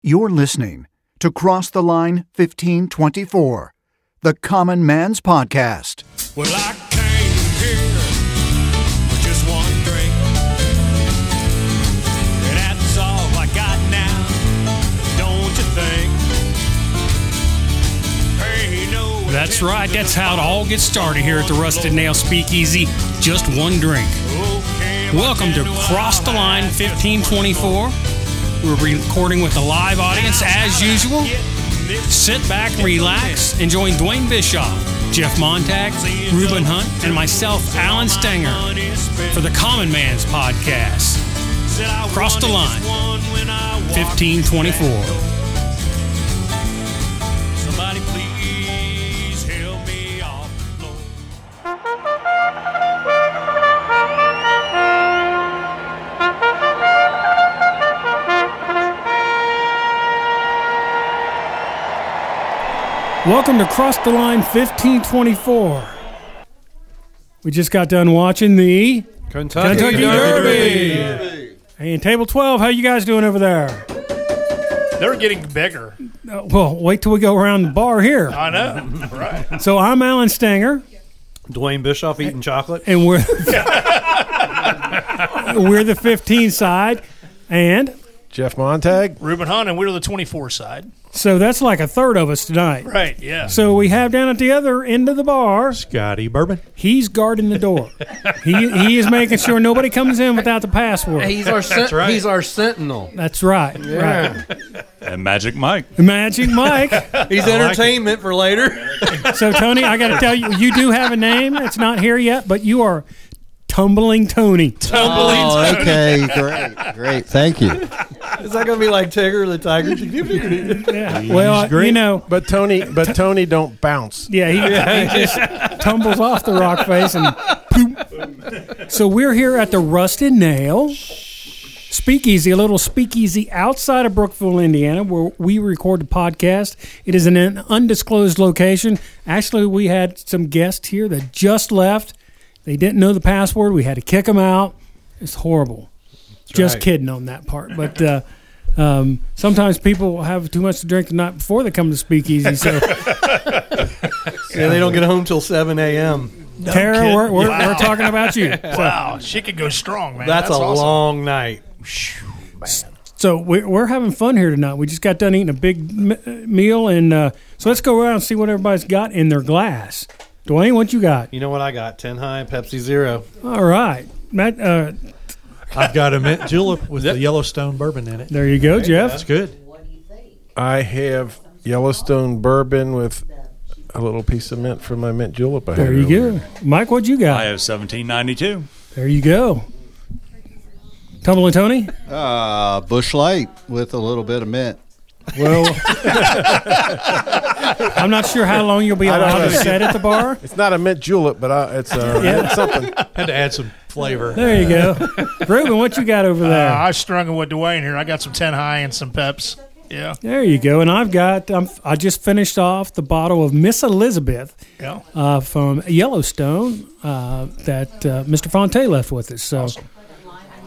You're listening to Cross the Line 1524, the Common Man's Podcast. Well, I came here for just one drink. And that's all I got now, don't you think? Pay no That's attention right. to That's the how it all gets started here at the Rusted Nail Speakeasy. Just one drink. Oh, can't Welcome to pretend I Cross the Line had just 1524. We're recording with a live audience as usual. Sit back, relax, and join Dwayne Bischoff, Jeff Montag, Reuben Hunt, and myself, Alan Stenger, for the Common Man's Podcast. Cross the Line, 1524. Somebody please help me off, Lord. Welcome to Cross the Line 1524. We just got done watching the Kentucky, Kentucky Derby. Hey, in table 12, how you guys doing over there? They're getting bigger. Uh, well, wait till we go around the bar here. I know. right. So I'm Alan Stanger, Dwayne Bischoff eating chocolate. and we're we're the 15 side, and Jeff Montag. Ruben Hunt and we're the 24 side. so that's like a third of us tonight. Right. Yeah. So we have down at the other end of the bar, Scotty Bourbon. he's guarding the door. he he is making sure nobody comes in without the password. He's our sen- right. he's our sentinel. That's right. Right. And Magic Mike. Magic Mike. He's entertainment for later. So Tony, I got to tell you, you do have a name. It's not here yet, but you are tumbling Tony. Oh, okay, great, great, thank you. Is that gonna be like Tigger the Tiger? Yeah. Well, you know, But Tony, but Tony, don't bounce. yeah, he, he just tumbles off the rock face and poop. So we're here at the Rusted Nail Speakeasy, a little speakeasy outside of Brookville, Indiana, where we record the podcast. It is in an undisclosed location. Actually, we had some guests here that just left. They didn't know the password. We had to kick them out. It's horrible. just right. kidding on that part. But uh, um, sometimes people have too much to drink the night before they come to Speakeasy. So, yeah, they don't get home till seven a.m. Tara, we're, we're, we're talking about you. wow, she could go strong, man. That's, a awesome. long night. So we're, we're having fun here tonight. We just got done eating a big m- meal, and uh, so let's go around and see what everybody's got in their glass. Dwayne, what you got? You know what I got? Ten high Pepsi Zero. All right, Matt. Uh, I've got a mint julep with the Yellowstone bourbon in it. there you go, Jeff. That's good. I have Yellowstone bourbon with a little piece of mint from my mint julep. I There had you earlier. go, Mike. What you I got? have 1792. There you go. Tumbling Tony. Uh, Bush Light with a little bit of mint. Well, I'm not sure how long you'll be don't allowed to know. sit at the bar. It's not a mint julep, but I, it's, uh, it's something. Had to add some flavor. There you go, Reuben. What you got over Uh, there? I strung it with Dwayne here. I got some 10 high and some peps. Yeah. there you go. And I've got. I'm, I just finished off the bottle of Miss Elizabeth. Yeah. uh, from Yellowstone uh, that uh, Mr. Fonte left with us. So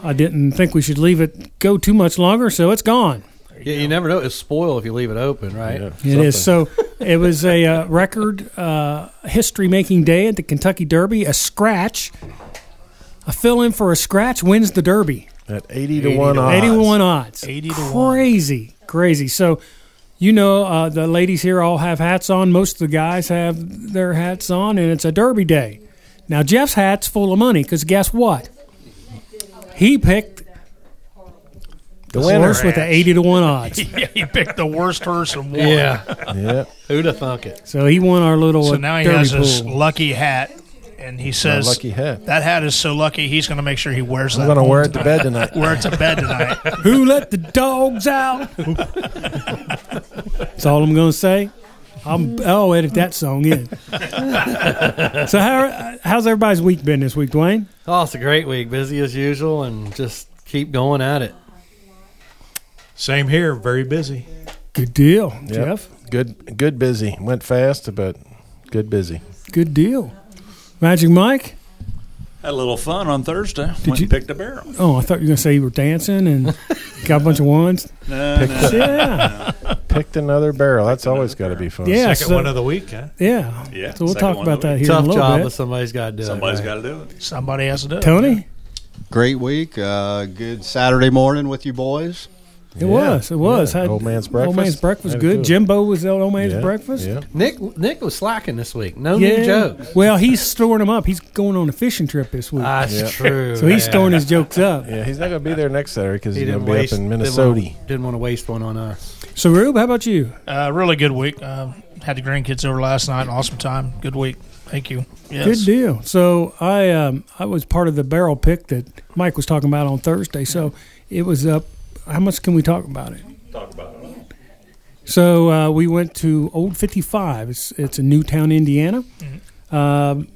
I didn't think we should leave it go too much longer, so it's gone. Yeah, you never know. It's spoiled if you leave it open, right? It is so. It was a uh, record uh, history-making day at the Kentucky Derby. A scratch, a fill-in for a scratch wins the Derby. At eighty to one odds. 81 odds. 80 to one. crazy, crazy. So, you know, uh, the ladies here all have hats on. Most of the guys have their hats on, and it's a derby day. Now, Jeff's hat's full of money because guess what? He picked the horse with the 80 to 1 odds. yeah. He picked the worst horse and won. Yeah. Yeah. Who'd have thunk it? So he won our little So uh, now he derby has his pool. lucky hat, and he says, lucky hat. That hat is so lucky, he's going to make sure he wears I'm that. gonna wear it to bed tonight. Wear it to bed tonight. Who let the dogs out? That's all I'm going to say. I'm, I'll edit that song in. so, how, how's everybody's week been this week, Dwayne? Oh, it's a great week. Busy as usual, and just keep going at it. Same here. Very busy. Good deal, Yep. Jeff. Good. Good. Busy. Went fast, but good. Busy. Good deal. Magic Mike, Had a little fun on Thursday. Did you- and picked a barrel. Oh, I thought you were gonna say you were dancing and got a bunch of ones. No, no. Yeah, Picked another barrel. That's always got to be fun. yeah. Second so- one of the week, huh? yeah. Yeah, So we'll second talk one of about the that week. here Tough in a little job, bit. but somebody's got to do Somebody's it. got to do it. Somebody has to do it. Tony, Great week. Uh, good Saturday morning with you boys. it was, it was. Yeah. Had- Old man's Old man's breakfast. breakfast Had was to do good. it. Jimbo was at old man's Yeah, breakfast. Yeah. Nick Nick was slacking this week. No Yeah. new jokes. Ah. Well, he's storing them up. He's going on a fishing trip this week, That's Yeah. true. so he's man. storing his jokes up. Yeah, he's not going to be there next Saturday because He he's going didn't to be waste up in didn't Minnesota. wanna- Didn't want to waste one on us. So, Rube, how about you? Uh, really good week. Uh, had the grandkids over last night. Awesome time. Good week. Thank you. Good Yes. deal. So I um, I was part of the barrel pick that Mike was talking about on Thursday. So it was up. How much can we talk about it? Talk about it. So uh, we went to Old Fifty Five. It's it's in Newtown, Indiana. Um,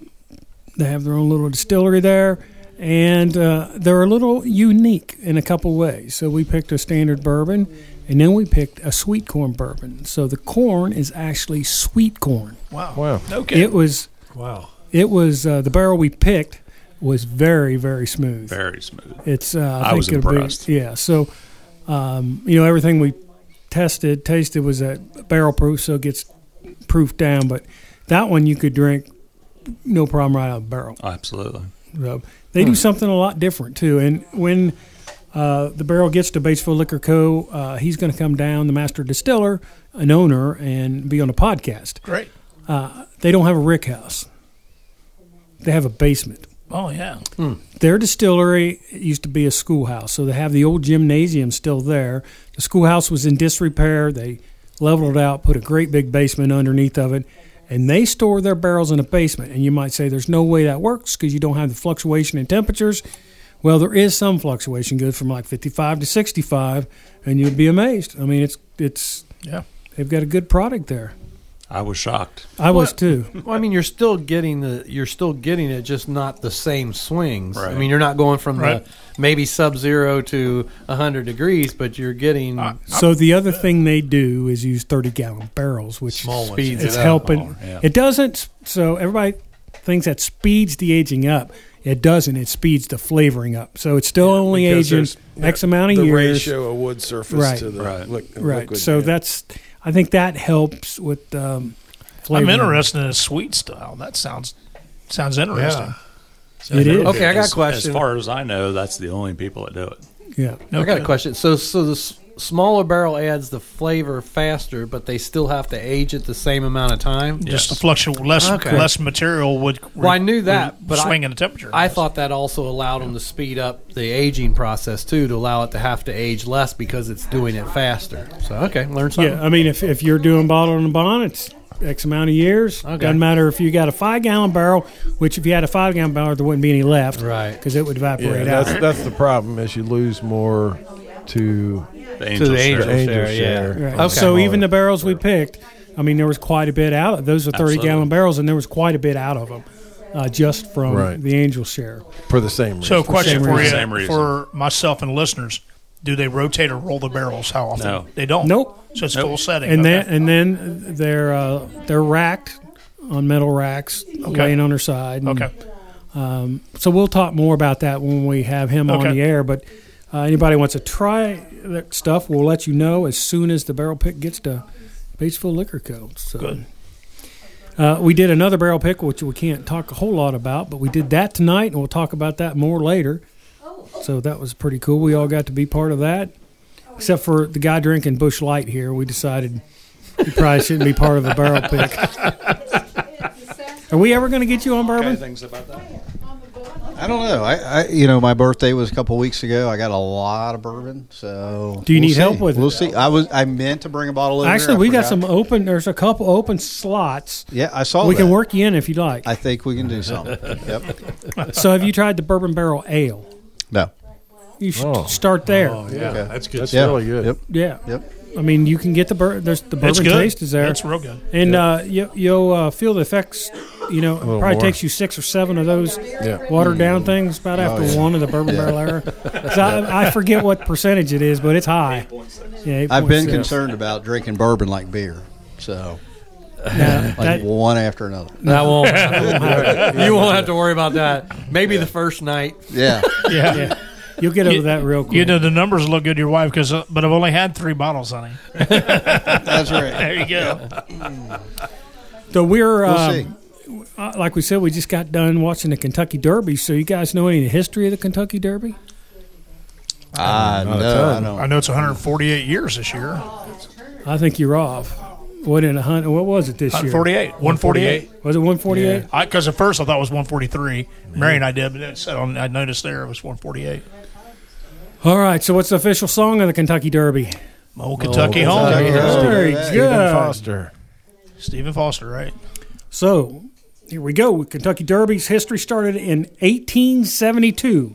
they have their own little distillery there, and uh, they're a little unique in a couple ways. So we picked a standard bourbon, and then we picked a sweet corn bourbon. So the corn is actually sweet corn. Wow. Okay. It was Wow. it was uh, the barrel we picked was very very smooth. Very smooth. It's uh, I, I think was it'll be- impressed. yeah, so um, you know everything we tested tasted was at barrel proof, so it gets proofed down. But that one you could drink no problem right out of the barrel. Absolutely. So they Hmm. do something a lot different too. And when uh, the barrel gets to Batesville Liquor Co., uh, he's going to come down, the master distiller, an owner, and be on a podcast. Uh, Great. They don't have a rick house; they have a basement. Oh, yeah. Their distillery used to be a schoolhouse, so they have the old gymnasium still there. The schoolhouse was in disrepair. They leveled it out, put a great big basement underneath of it, and they store their barrels in a basement. And you might say there's no way that works because you don't have the fluctuation in temperatures. Well, there is some fluctuation, goes from like 55 to 65, and you'd be amazed. I mean, it's it's Yeah. they've got a good product there. I was shocked. I was too. Well, I mean, you're still getting the you're still getting it, just not the same swings. I Right. mean, you're not going from Right. the maybe sub zero to hundred degrees, but you're getting Uh, So the other thing they do is use 30 gallon barrels, which speeds. it's it up. helping. Oh, yeah. It doesn't. So everybody thinks that speeds the aging up. It doesn't. It speeds the flavoring up. So it's still only because aging there's- X yeah, amount of the years. ratio of wood surface Right. to the Right. liq- right. liquid. so yeah. that's. I think that helps with um, I'm flavoring. interested in a sweet style. That sounds sounds interesting. Yeah. It is. Okay, I got a As- question. As far as I know, that's the only people that do it. Yeah. I got a question. So, so the s- smaller barrel adds the flavor faster, but they still have to age it the same amount of time. Just the fluctuation, less Okay. less material would. Well, I knew that, would but I- swing in the temperature. I thought that also allowed them to speed up the aging process too, to allow it to have to age less because it's doing it faster. So, okay, learn something. Yeah. I mean, if, if you're doing bottle on the bond, it's X amount of years. Okay. Doesn't matter if you got a five gallon barrel, which if you had a five gallon barrel, there wouldn't be any left. Right. Because it would yeah, evaporate out. that's that's the problem is you lose more to The angel angel. share. angel share, yeah. share. Right. Okay. So even the barrels we picked, I mean, there was quite a bit out. of Those are thirty gallon Absolutely. barrels, and there was quite a bit out of them, uh, just from Right. the angel share. for the same reason. So, question same for reason. Same you, reason. for myself and listeners: Do they rotate or roll the barrels? How often? No. They don't. Nope. So it's Nope. full setting. And okay. then and then they're uh, they're racked on metal racks, laying on their side. and, okay. So we'll talk more about that when we have him on Okay. the air. But uh, anybody wants to try that stuff, we'll let you know as soon as the barrel pick gets to Batesville Liquor Co. So. Good. Uh, we did another barrel pick, which we can't talk a whole lot about, but we did that tonight, and we'll talk about that more later. So that was pretty cool. We all got to be part of that, except for the guy drinking Bush Light here. We decided he probably shouldn't be part of a barrel pick. Are we ever going to get you on bourbon? I don't know. I, I you know, my birthday was a couple weeks ago. I got a lot of bourbon, so Do you we'll need see. help with it? We'll see. I was I meant to bring a bottle over. Actually, I we got forgot. some open. There's a couple open slots. Yeah, I saw. we can that. work you in if you like. I think we can do something. yep. so, have you tried the bourbon barrel ale? No. You should Oh. start there. Yeah, Okay. that's good. That's Yeah. really good. Yep. Yeah. Yep. I mean, you can get the bur- there's the It's bourbon good. taste is there. It's real good. and uh, you, you'll uh, feel the effects. You know, it little probably more. takes you six or seven of those Yeah. watered down things about after Oh, yeah. one of the bourbon barrel era. 'Cause I, I forget what percentage it is, but it's high. Yeah, I've been 8.6. concerned about drinking bourbon like beer, so like one after another. That won't. happen. you won't have to worry about that. Maybe the first night. Yeah. Yeah. You'll get over that real quick. You know the numbers look good to your wife because, uh, but I've only had three bottles, honey. That's right. There you go. So we're We'll uh, see. w- uh, like we said, we just got done watching the Kentucky Derby. So you guys know any of the history of the Kentucky Derby? I Not a know. I ton. know. I know it's 148 years this year. I think you're off. What in a hundred? What was it this Uh, year? 148. 148. Was it 148? Because at first I thought it was 143. Mary and I did, but it said on, I noticed there it was 148. All right. So what's the official song of the Kentucky Derby? My old Kentucky Oh, home. Kentucky Home. Very good. Stephen Stephen Foster. Stephen Foster, right? So here we go. Kentucky Derby's history started in 1872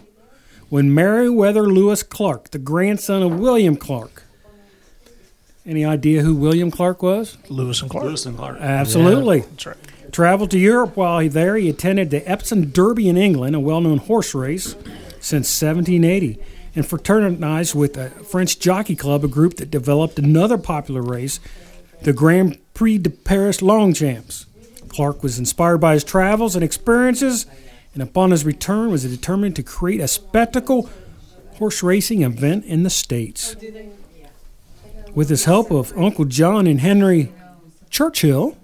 when Meriwether Lewis Clark, the grandson of William Clark. Any idea who William Clark was? Lewis and Clark. Uh, Lewis and Clark. Absolutely. That's right. Traveled to Europe while he there. He attended the Epsom Derby in England, a well known horse race, since 1780, and fraternized with a French jockey club, a group that developed another popular race, the Grand Prix de Paris Longchamps. Clark was inspired by his travels and experiences, and upon his return was determined to create a spectacle horse racing event in the States. With his help of Uncle John and Henry Churchill,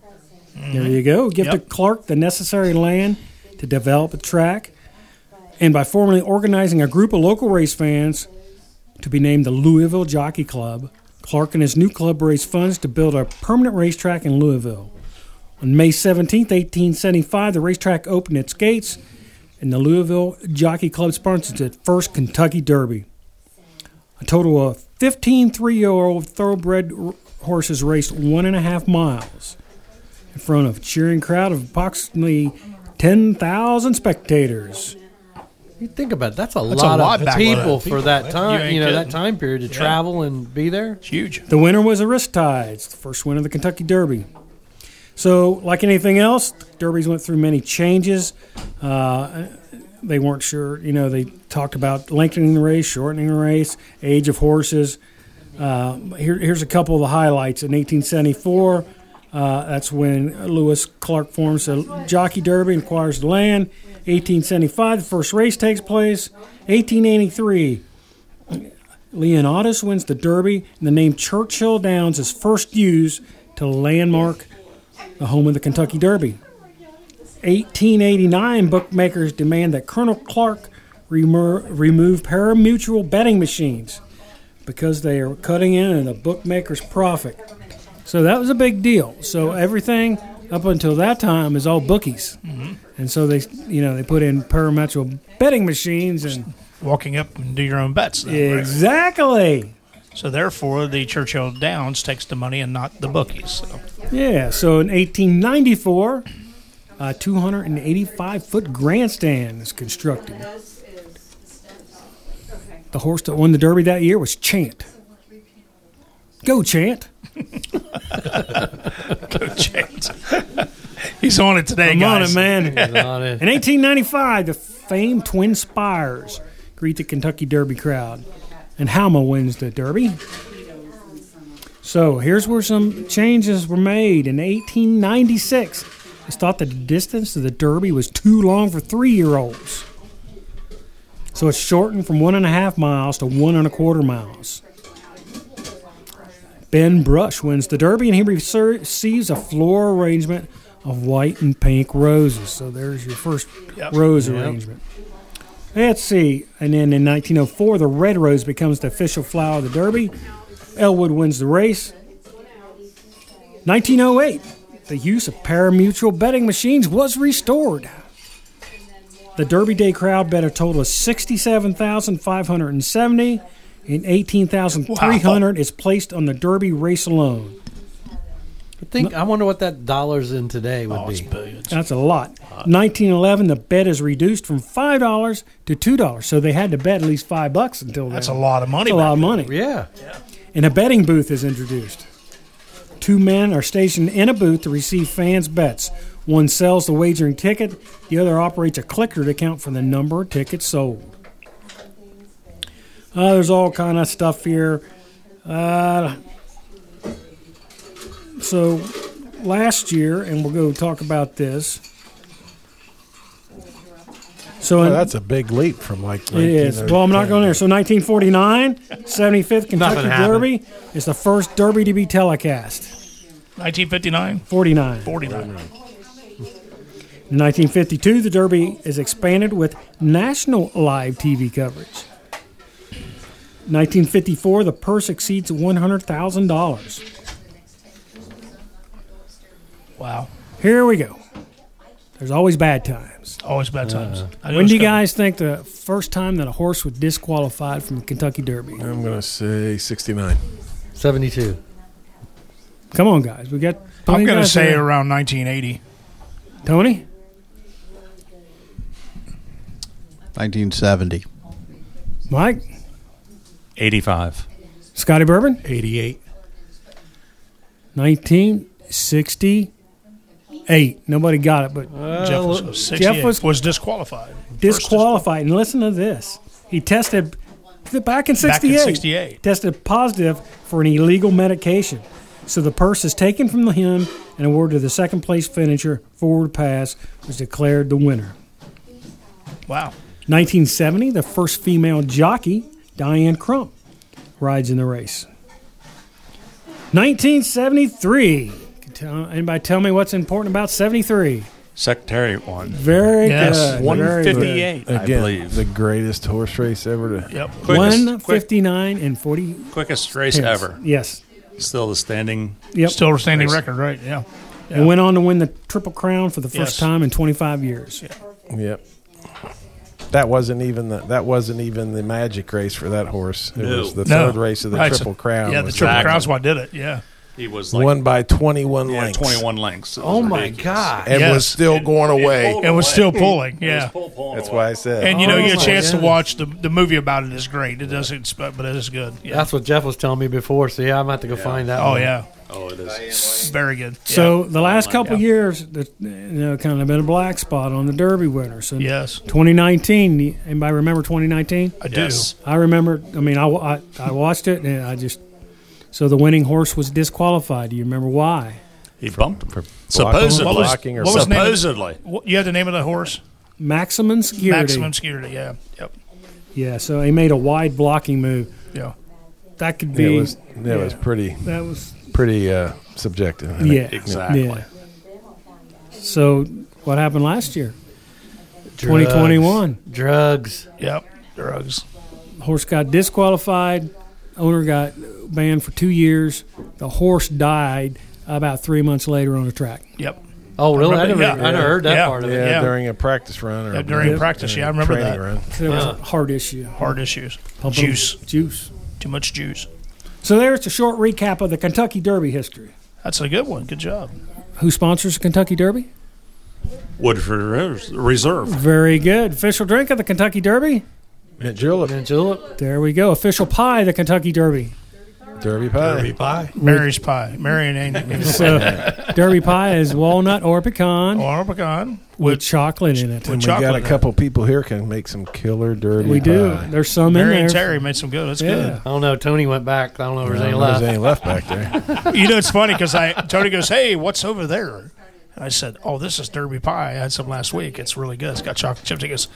there you go. Give to Yep. Clark the necessary land to develop a track, and by formally organizing a group of local race fans to be named the Louisville Jockey Club, Clark and his new club raised funds to build a permanent racetrack in Louisville. On May 17, 1875, the racetrack opened its gates, and the Louisville Jockey Club sponsored its first Kentucky Derby. A total of 15 three year old thoroughbred r- horses raced one and a half miles in front of a cheering crowd of approximately 10,000 spectators. You think about it, that's a a lot, lot of back people then. for that time. You, ain't know that kidding. time period to Yeah. travel and be there. It's huge. The winner was Aristides, the first winner of the Kentucky Derby. So, like anything else, the Derbies went through many changes. Uh, they weren't sure, you know, they talked about lengthening the race, shortening the race, age of horses. Uh, here, here's a couple of the highlights. In 1874, uh, that's when Lewis Clark forms the Jockey Derby and acquires the land. 1875, the first race takes place. 1883, Leonatus wins the Derby, and the name Churchill Downs is first used to landmark the home of the Kentucky Derby. 1889, bookmakers demand that Colonel Clark remo- remove paramutual betting machines because they are cutting in on the bookmaker's profit. So that was a big deal. So everything up until that time is all bookies, and so they, you know, they put in paramutual betting machines and Walking up and do your own bets. though, right? exactly. So therefore, the Churchill Downs takes the money and not the bookies. So. Yeah, so in 1894, a 285 foot grandstand is constructed. The horse that won the Derby that year was Chant. Go, Chant. Chance. He's on it today, I'm on guys. it, man. Not it. In 1895, the famed Twin Spires greet the Kentucky Derby crowd, and Halma wins the Derby. So here's where some changes were made. In 1896, it's thought that the distance of the Derby was too long for three year olds. So it's shortened from one and a half miles to one and a quarter miles. Ben Brush wins the Derby, and he reser- receives a floral arrangement of white and pink roses. So there's your first Yep. rose arrangement. Let's see. And then in 1904, the red rose becomes the official flower of the Derby. Elwood wins the race. 1908, the use of paramutual betting machines was restored. The Derby Day crowd bet a total of 67,570 and 18,300 is placed on the Derby race alone. I think I wonder what that dollars in today would Oh, it's be. billions. That's a lot. 1911, the bet is reduced from $5 to $2. So they had to bet at least 5 bucks until then. That's a lot of money. That's a lot of money. Yeah, and a betting booth is introduced. Two men are stationed in a booth to receive fans' bets. One sells the wagering ticket, the other operates a clicker to count for the number of tickets sold. Uh, there's all kind of stuff here. Uh, so last year, and we'll go talk about this. So Well, in- Oh, that's a big leap from like. It is. Well, I'm not going there. So 1949, 75th Kentucky happened. Derby is the first Derby to be telecast. 1959? 49. 49. In 1952, the Derby is expanded with national live TV coverage. 1954, the purse exceeds $100,000. Wow. Here we go. There's always bad times. Always bad times. I knew it When was do you coming. guys think the first time that a horse was disqualified from the Kentucky Derby? I'm going to say 69. 72. Come on, guys. We got. I'm going to guys say there. around 1980. Tony. 1970. Mike, 85. Scotty Bourbon, 88. 1968. Nobody got it, but Jeff was, look, 68 Jeff was- was, disqualified. disqualified. And listen to this. He tested back in 68. 68. Tested positive for an illegal medication. So the purse is taken from him and awarded to the second place finisher, Forward Pass, was declared the winner. Wow. 1970, the first female jockey, Diane Crump, rides in the race. 1973. Can tell- Anybody tell me what's important about 73? Secretariat one. Very Yes. good. very good. 158, I Again, believe. the greatest horse race ever to. Yep. Quickest- quick- 159 and 40 quickest race pence. ever. Yes. Still the standing. Yep. Still a standing Nice. record, right? Yeah. And went on to win the Triple Crown for the first Yes. time in 25 years. Yep. That wasn't even the that wasn't even the magic race for that horse. It No. was the No. third race of the Right, so- Triple Crown. Yeah, the was Triple Exactly. Crown's why I did it. Yeah. He was like won by twenty one yeah, lengths. 21 lengths. It was Oh my ridiculous. God. and Yes. was still It- going it away. pulled It was away. Hmm. still pulling. It was Yeah. pull- pulling That's away. why I said And you know, Oh, you get a my chance to goodness. watch the, the movie about it is great. It doesn't, but it is good. Yeah. That's what Jeff was telling me before. So yeah, I'm about to go find that. oh one. yeah, Oh, it is. very good. Yeah. So the last couple yeah. years, that you know, kind of been a black spot on the Derby winner. So yes, 2019, anybody remember 2019? I do. Yes. I remember. I mean, I, I, I watched it, and I just so the winning horse was disqualified. Do you remember why? He bumped him. for Supposedly. blocking, blocking or What was the name of- Supposedly. What, you had the name of the horse? Maximum security. Maximum security. Yeah. Yep. Yeah. So he made a wide blocking move. Yeah. That could something. be. it was it was pretty that was. pretty uh, subjective. I think. Yeah. Exactly. Yeah. So what happened last year? Drugs. 2021. Drugs. Yep. Drugs. Horse got disqualified. Owner got banned for two years. The horse died about three months later on the track. Yep. Oh really? I never, Remember- yeah. I never heard that Yeah. part of Yeah, it. Yeah. during a practice run or Yeah, during practice, yeah, I remember training that. Run. So there was a heart issue. Heart issues. Pumping Juice. Juice. Too much juice. So there's a short recap of the Kentucky Derby history. That's a good one. Good job. Who sponsors the Kentucky Derby? Woodford Res- Reserve. Very good. Official drink of the Kentucky Derby? Mint Julep, And Julep. There we go. Official pie of the Kentucky Derby. Derby Pie. Derby pie. Mary's pie. Mary and Andy. So Derby pie is walnut or pecan Or pecan. with chocolate in it. And we chocolate got a in it. couple people here can make some killer Derby We do. pie. There's some in Mary there. and Terry made some good. That's Yeah. I don't know. Tony went back. I don't know if I there's don't any know if left. there's any left back there. good. You know, it's funny because I Tony goes, "Hey, what's over there?" And I said, "Oh, this is Derby pie. I had some last week. It's really good. It's got chocolate chips." He goes,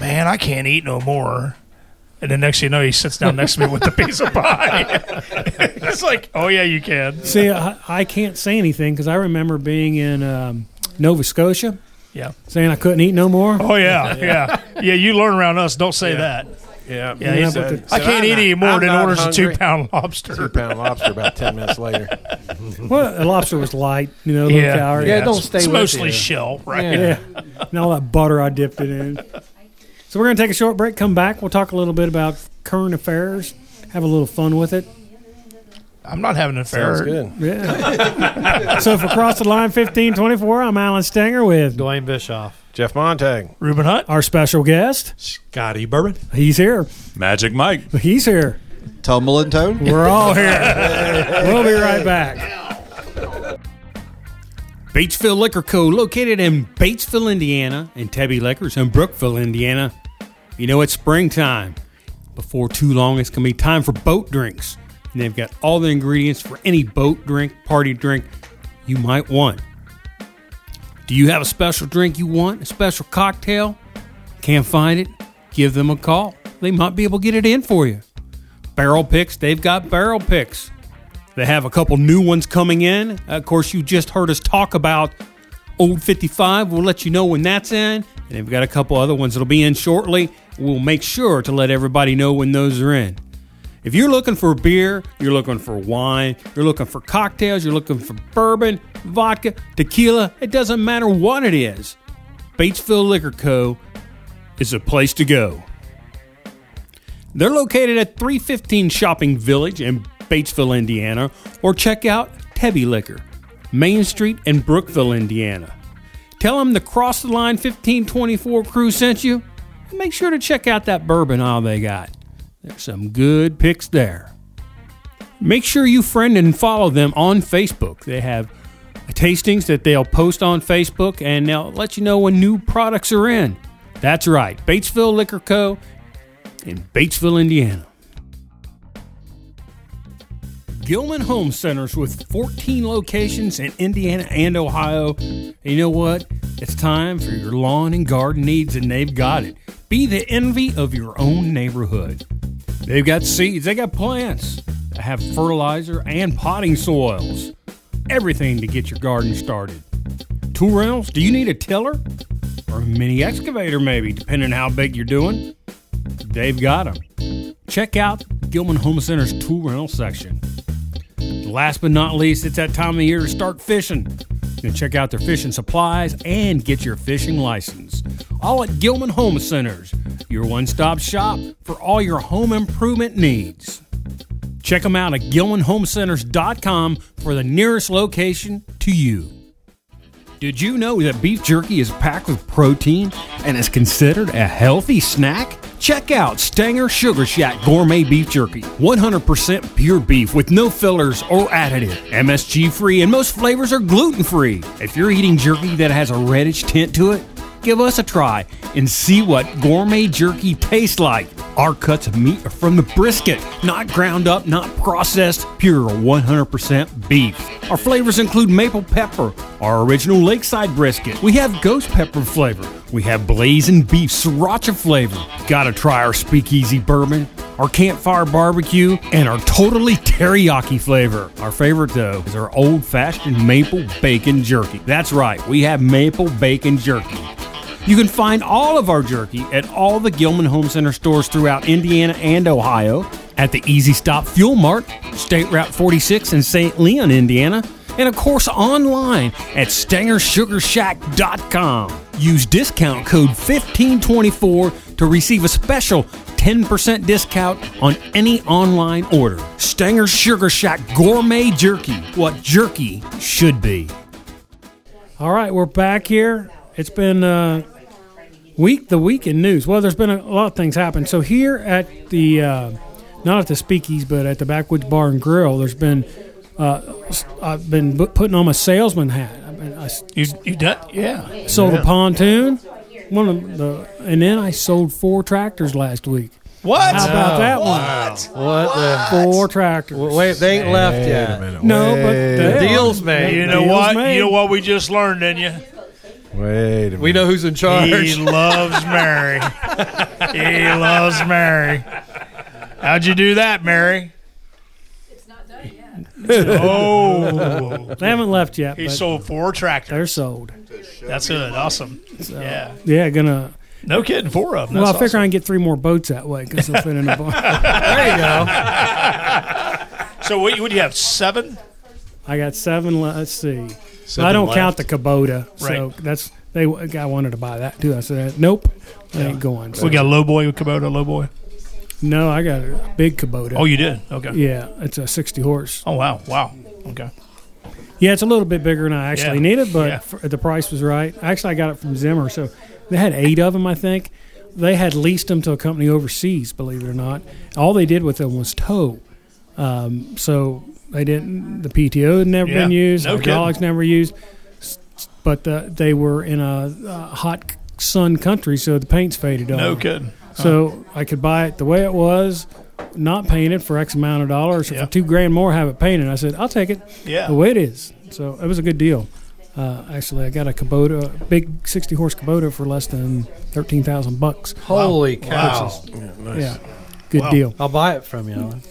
"Man, I can't eat no more." And then next thing you know, he sits down next to me with a piece of pie. it's like, "Oh yeah, you can." See, I, I can't say anything because I remember being in um, Nova Scotia Yeah. saying I couldn't eat no more. Oh yeah, yeah, yeah. You learn around us. Don't say that. Yeah, Yeah, he said- I can't eat any more than orders a two pound Two lobster. pound lobster about ten minutes later. Well, the lobster was light, you know, low Yeah. calorie. Yeah, don't stay It's with mostly you. shell, right? Yeah. and all that butter I dipped it in. So we're going to take a short break, come back. We'll talk a little bit about current affairs, have a little fun with it. I'm not having an Sounds affair. good. Yeah. so for Cross the Line 1524, I'm Alan Stenger with Dwayne Bischoff. Jeff Montag. Reuben Hunt. our special guest. Scotty Bourbon. He's here. Magic Mike. He's here. Tumbling tone. We're all here. we'll be right back. Batesville Liquor Co., located in Batesville, Indiana, and Tebby Liquors in Brookville, Indiana. You know, it's springtime. Before too long, it's going to be time for boat drinks. And they've got all the ingredients for any boat drink, party drink, you might want. Do you have a special drink you want? A special cocktail? Can't find it? Give them a call. They might be able to get it in for you. Barrel picks, they've got barrel picks. They have a couple new ones coming in. Of course, you just heard us talk about Old 55. We'll let you know when that's in. And they've got a couple other ones that'll be in shortly. We'll make sure to let everybody know when those are in. If you're looking for beer, you're looking for wine, you're looking for cocktails, you're looking for bourbon, vodka, tequila, it doesn't matter what it is. Batesville Liquor Co. is a place to go. They're located at 315 Shopping Village in Batesville, Indiana, or check out Tebby Liquor, Main Street in Brookville, Indiana. Tell them the Cross the Line 1524 crew sent you. and Make sure to check out that bourbon aisle they got. There's some good picks there. Make sure you friend and follow them on Facebook. They have tastings that they'll post on Facebook and they'll let you know when new products are in. That's right, Batesville Liquor Co. in Batesville, Indiana. Gilman Home Centers with 14 locations in Indiana and Ohio. And you know what? It's time for your lawn and garden needs, and they've got it. Be the envy of your own neighborhood. They've got seeds, they got plants that have fertilizer and potting soils. Everything to get your garden started. Two rentals? Do you need a tiller? Or a mini excavator, maybe, depending on how big you're doing? They've got them. Check out Gilman Home Center's tool rental section. Last but not least, it's that time of year to start fishing. You can check out their fishing supplies and get your fishing license. All at Gilman Home Centers, your one stop shop for all your home improvement needs. Check them out at gilmanhomecenters.com for the nearest location to you. Did you know that beef jerky is packed with protein and is considered a healthy snack? Check out Stanger Sugar Shack Gourmet Beef Jerky. 100% pure beef with no fillers or additive. MSG free and most flavors are gluten free. If you're eating jerky that has a reddish tint to it, give us a try and see what gourmet jerky tastes like. Our cuts of meat are from the brisket, not ground up, not processed, pure 100% beef. Our flavors include maple pepper, our original lakeside brisket. We have ghost pepper flavor. We have blazing beef sriracha flavor. Gotta try our speakeasy bourbon, our campfire barbecue, and our totally teriyaki flavor. Our favorite though is our old fashioned maple bacon jerky. That's right, we have maple bacon jerky. You can find all of our jerky at all the Gilman Home Center stores throughout Indiana and Ohio, at the Easy Stop Fuel Mart, State Route 46 in St. Leon, Indiana, and of course online at StangerSugarShack.com. Use discount code 1524 to receive a special 10% discount on any online order. Stanger Sugar Shack Gourmet Jerky, what jerky should be. All right, we're back here. It's been uh, week the week in news. Well, there's been a lot of things happen. So here at the uh, not at the Speakeasy, but at the Backwoods Bar and Grill, there's been uh, s- I've been bu- putting on my salesman hat. I've been, I s- You, you done? Yeah. sold Yeah. a pontoon, one of the, and then I sold four tractors last week. What? How about that one? What the? Four tractors. Wait, they ain't left yet. No, but they are. Deal's made. You The know deal's what? made. You know what we just learned, didn't you? Wait a minute. We know who's in He charge. loves Mary. he loves Mary. How'd you do that, Mary? It's not done yet. oh, They haven't left yet. he but sold four tractors. They're sold. That's good. Awesome. Yeah. Yeah, gonna. No kidding. Four of them. well, I That's figure I can get three more boats that way because they'll fit in a barn. There you go. awesome. So what? Would you have seven? I got seven. le- Let's see. I don't count the Kubota, so Right. that's they. a Guy wanted to buy that too. I said, nope, I ain't going. So, We got low boy with Kubota. Low boy. no, I got a big Kubota. Oh, you did. Okay. yeah, it's a sixty horse. Oh wow. Wow. Okay. Yeah, it's a little bit bigger than I actually Yeah. needed, but Yeah. for, the price was right. Actually, I got it from Zimmer, so they had eight of them, I think. They had leased them to a company overseas, believe it or not. All they did with them was tow. Um, so they didn't. The PTO had never Yeah, been used. no hydraulics never used. S- s- But uh they were in a uh, hot c- sun country, so the paint's faded off. No kidding. So I could buy it the way it was, not painted for X amount of dollars, or Yeah. for two grand more, have it painted. I said, I'll take it Yeah. the way it is. So it was a good deal. Uh, actually, I got a Kubota, big sixty horse Kubota, for less than thirteen thousand bucks. Holy cow. Which is- Yeah, Yeah, nice. good Wow. deal. I'll buy it from you, Alan.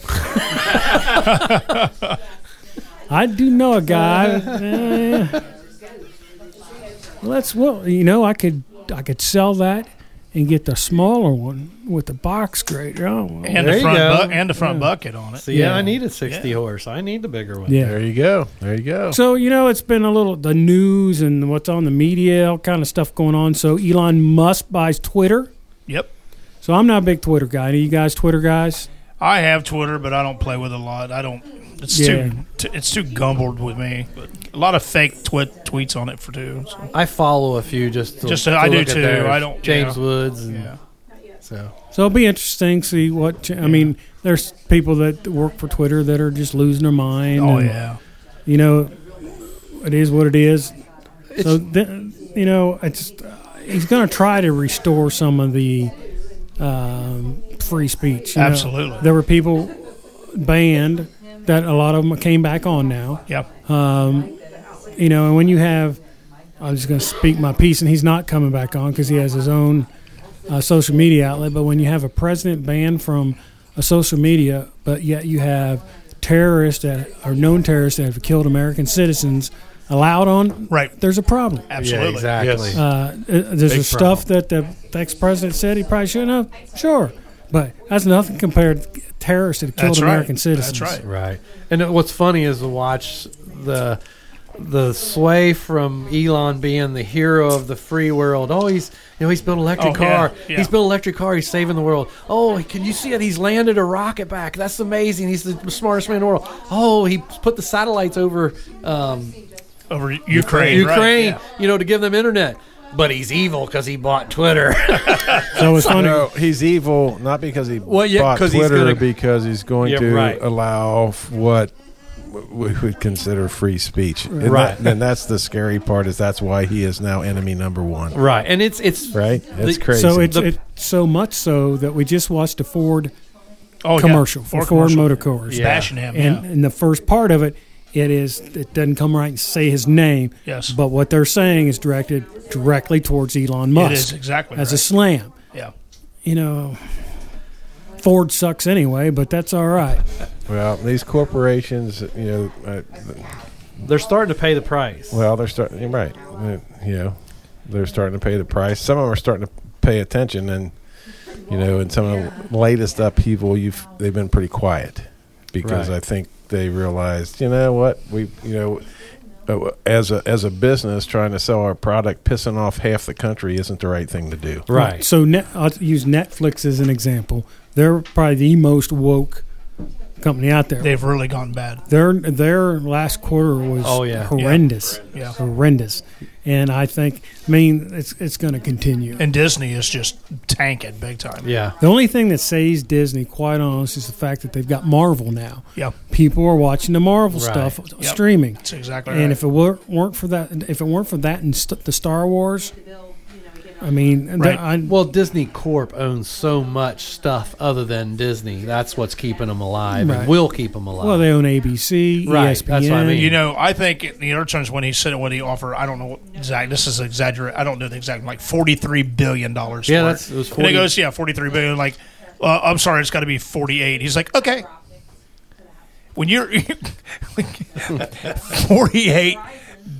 I do know a guy. Uh, let's well, you know, I could I could sell that and get the smaller one with the box grater. Oh, well, And the There you front go. bu- and the front Yeah. bucket on it. So, yeah, Yeah. I need a 60 Yeah. horse. I need the bigger one. Yeah. There you go. There you go. So you know, it's been a little the news and what's on the media, all kind of stuff going on. So Elon Musk buys Twitter. Yep. So I'm not a big Twitter guy. Any of you guys Twitter guys? I have Twitter, but I don't play with it a lot. I don't. It's Yeah. too t- it's too gumbled with me. But a lot of fake twi- tweets on it for two. So. I follow a few just to, Just, to I do look at too. theirs. I don't- James yeah. Woods. And, So So it'll be interesting to see what. ch- I mean, there's people that work for Twitter that are just losing their mind. Oh, and, yeah. You know, it is what it is. so then, you know, it's he's going to try to restore some of the um, free speech. you know. Absolutely. there were people banned that a lot of them came back on now. Yep. Um, you know, and when you have, I was going to speak my piece, and he's not coming back on because he has his own uh, social media outlet. But when you have a president banned from a social media, but yet you have terrorists that are known terrorists that have killed American citizens allowed on, right? There's a problem. Absolutely. exactly. Uh, uh, there's Big the stuff that the ex president said he probably shouldn't have. Sure, but that's nothing compared to terrorists that killed That's right. American citizens. Right. And it- what's funny is to watch the the sway from Elon being the hero of the free world. Oh, he's you know he's built an electric Oh, yeah, car. yeah. He's built an electric car. He's saving the world. Oh, can you see it? He's landed a rocket back. That's amazing. He's the smartest man in the world. Oh, he put the satellites over um, Over Ukraine. right, Ukraine. yeah. You know to give them internet. But he's evil because he bought Twitter. So it's funny. No, he's evil not because he Well, yeah, bought 'cause he's Twitter, gonna- because he's going Yeah, to right. allow f- what w- we would consider free speech. And that- Right. and that's the scary part is that's why he is now enemy number one. right. And it's it's Right? That's The- crazy. So it's it, so much so that we just watched a Ford Oh, yeah. commercial for Ford Ford commercial. Motor Cars. Yeah. Bashing him, And, yeah. and the first part of it, it is it doesn't come right and say his name. Yes. But what they're saying is directed directly towards Elon Musk. is exactly as a right. slam. Yeah. You know, Ford sucks anyway, but that's all right. well, these corporations, you know, uh, th- they're starting to pay the price. well, they're starting, you're right. Uh, You know, they're starting to pay the price. Some of them are starting to pay attention and, you know, in some of the latest upheaval, you've, they've been pretty quiet because Right. I think they realized, you know what, we, you know, uh, as a as a business trying to sell our product, pissing off half the country isn't the right thing to do. Right. So net, I'll use Netflix as an example. They're probably the most woke company out there. They've really gone bad. Their their last quarter was Oh, yeah. horrendous, Yeah. horrendous, and I think I mean it's it's going to continue. And Disney is just tanking big time. Yeah. The only thing that saves Disney, quite honest, is the fact that they've got Marvel now. Yeah. People are watching the Marvel Right. stuff Yep. streaming, That's exactly and right. if it were, weren't for that, if it weren't for that and st- the Star Wars, I mean, th- Right. I, Well, Disney Corp owns so much stuff other than Disney. That's what's keeping them alive Right. and will keep them alive. well, they own ABC, Right, that's ESPN. what I mean. You know, I think in the other terms when he said what he offered, I don't know what exact. This is exaggerate. I don't know the exact. Like forty three billion dollars. Yeah, that's- it was And 40 he goes, yeah, forty three billion. Like, uh, I'm sorry, it's got to be forty eight. He's like, okay. When you're forty eight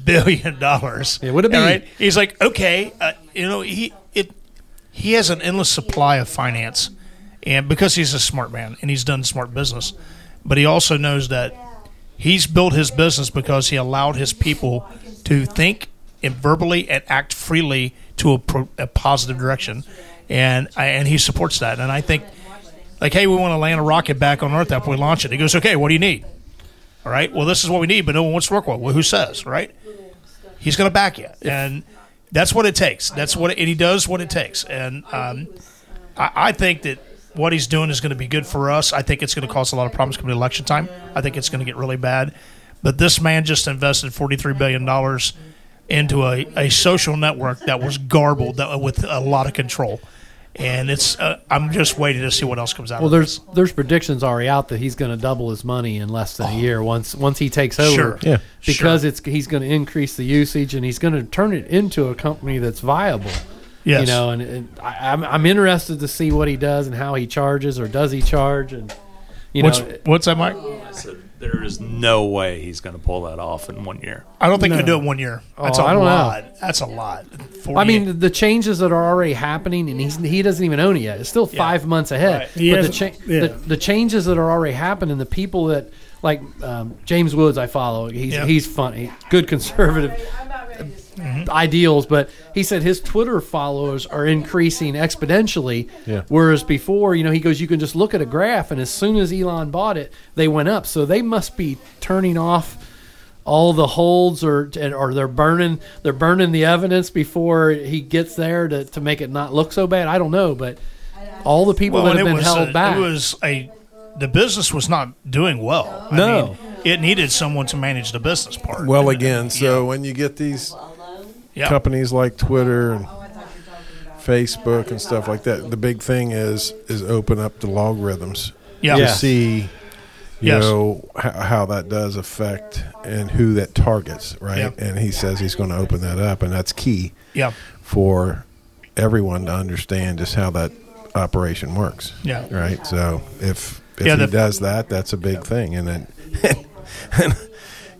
billion dollars, Yeah, would it be- He's like, okay, uh, you know, he it he has an endless supply of finance, and because he's a smart man and he's done smart business, but he also knows that he's built his business because he allowed his people to think and verbally and act freely to a, pro- a positive direction, and I- and he supports that. And I think, like, hey, we want to land a rocket back on Earth after we launch it. He goes, okay, what do you need? All right, well, this is what we need, but no one wants to work with. it. Well, who says, right? He's going to back you, and that's what it takes. That's what, and he does what it takes. And um, I, I think that what he's doing is going to be good for us. I think it's going to cause a lot of problems coming election time. I think it's going to get really bad. But this man just invested $43 billion into a, a social network that was garbled that, with a lot of control. and it's uh, I'm just waiting to see what else comes out. Well, of it. there's there's predictions already out that he's going to double his money in less than a year once once he takes over. Sure. Yeah. Because it's he's going to increase the usage and he's going to turn it into a company that's viable. You Yes. know, and, and I, I'm I'm interested to see what he does and how he charges or does he charge and you What's- know what's that, Mike? I said, there is no way he's going to pull that off in one year. I don't think No. you do it one year. That's a Oh, I don't know. lot. That's a lot. I mean, the changes that are already happening, and he's, he doesn't even own it yet. It's still five months ahead. Right. But the, Yes, cha- yeah. the, the changes that are already happening, the people that like um, James Woods, I follow. He's Yeah. he's funny, good conservative Mm-hmm. ideals, but he said his Twitter followers are increasing exponentially. Yeah. Whereas before, you know, he goes, you can just look at a graph, and as soon as Elon bought it, they went up. So they must be turning off all the holds, or or they're burning they're burning the evidence before he gets there to, to make it not look so bad. I don't know, but all the people Well, that have and it been was held a- back. It was a the business was not doing well. I No. mean, it needed someone to manage the business part. Well, again, so when you get these Yeah. companies like Twitter and Facebook and stuff like that, the big thing is is open up the logarithms Yeah. to Yes. see, you Yes. know, how, how that does affect and who that targets, right? Yeah. And he says he's going to open that up, and that's key Yeah. for everyone to understand just how that operation works. Yeah. Right. So if if Yeah, the- he does that, that's a big thing, and then.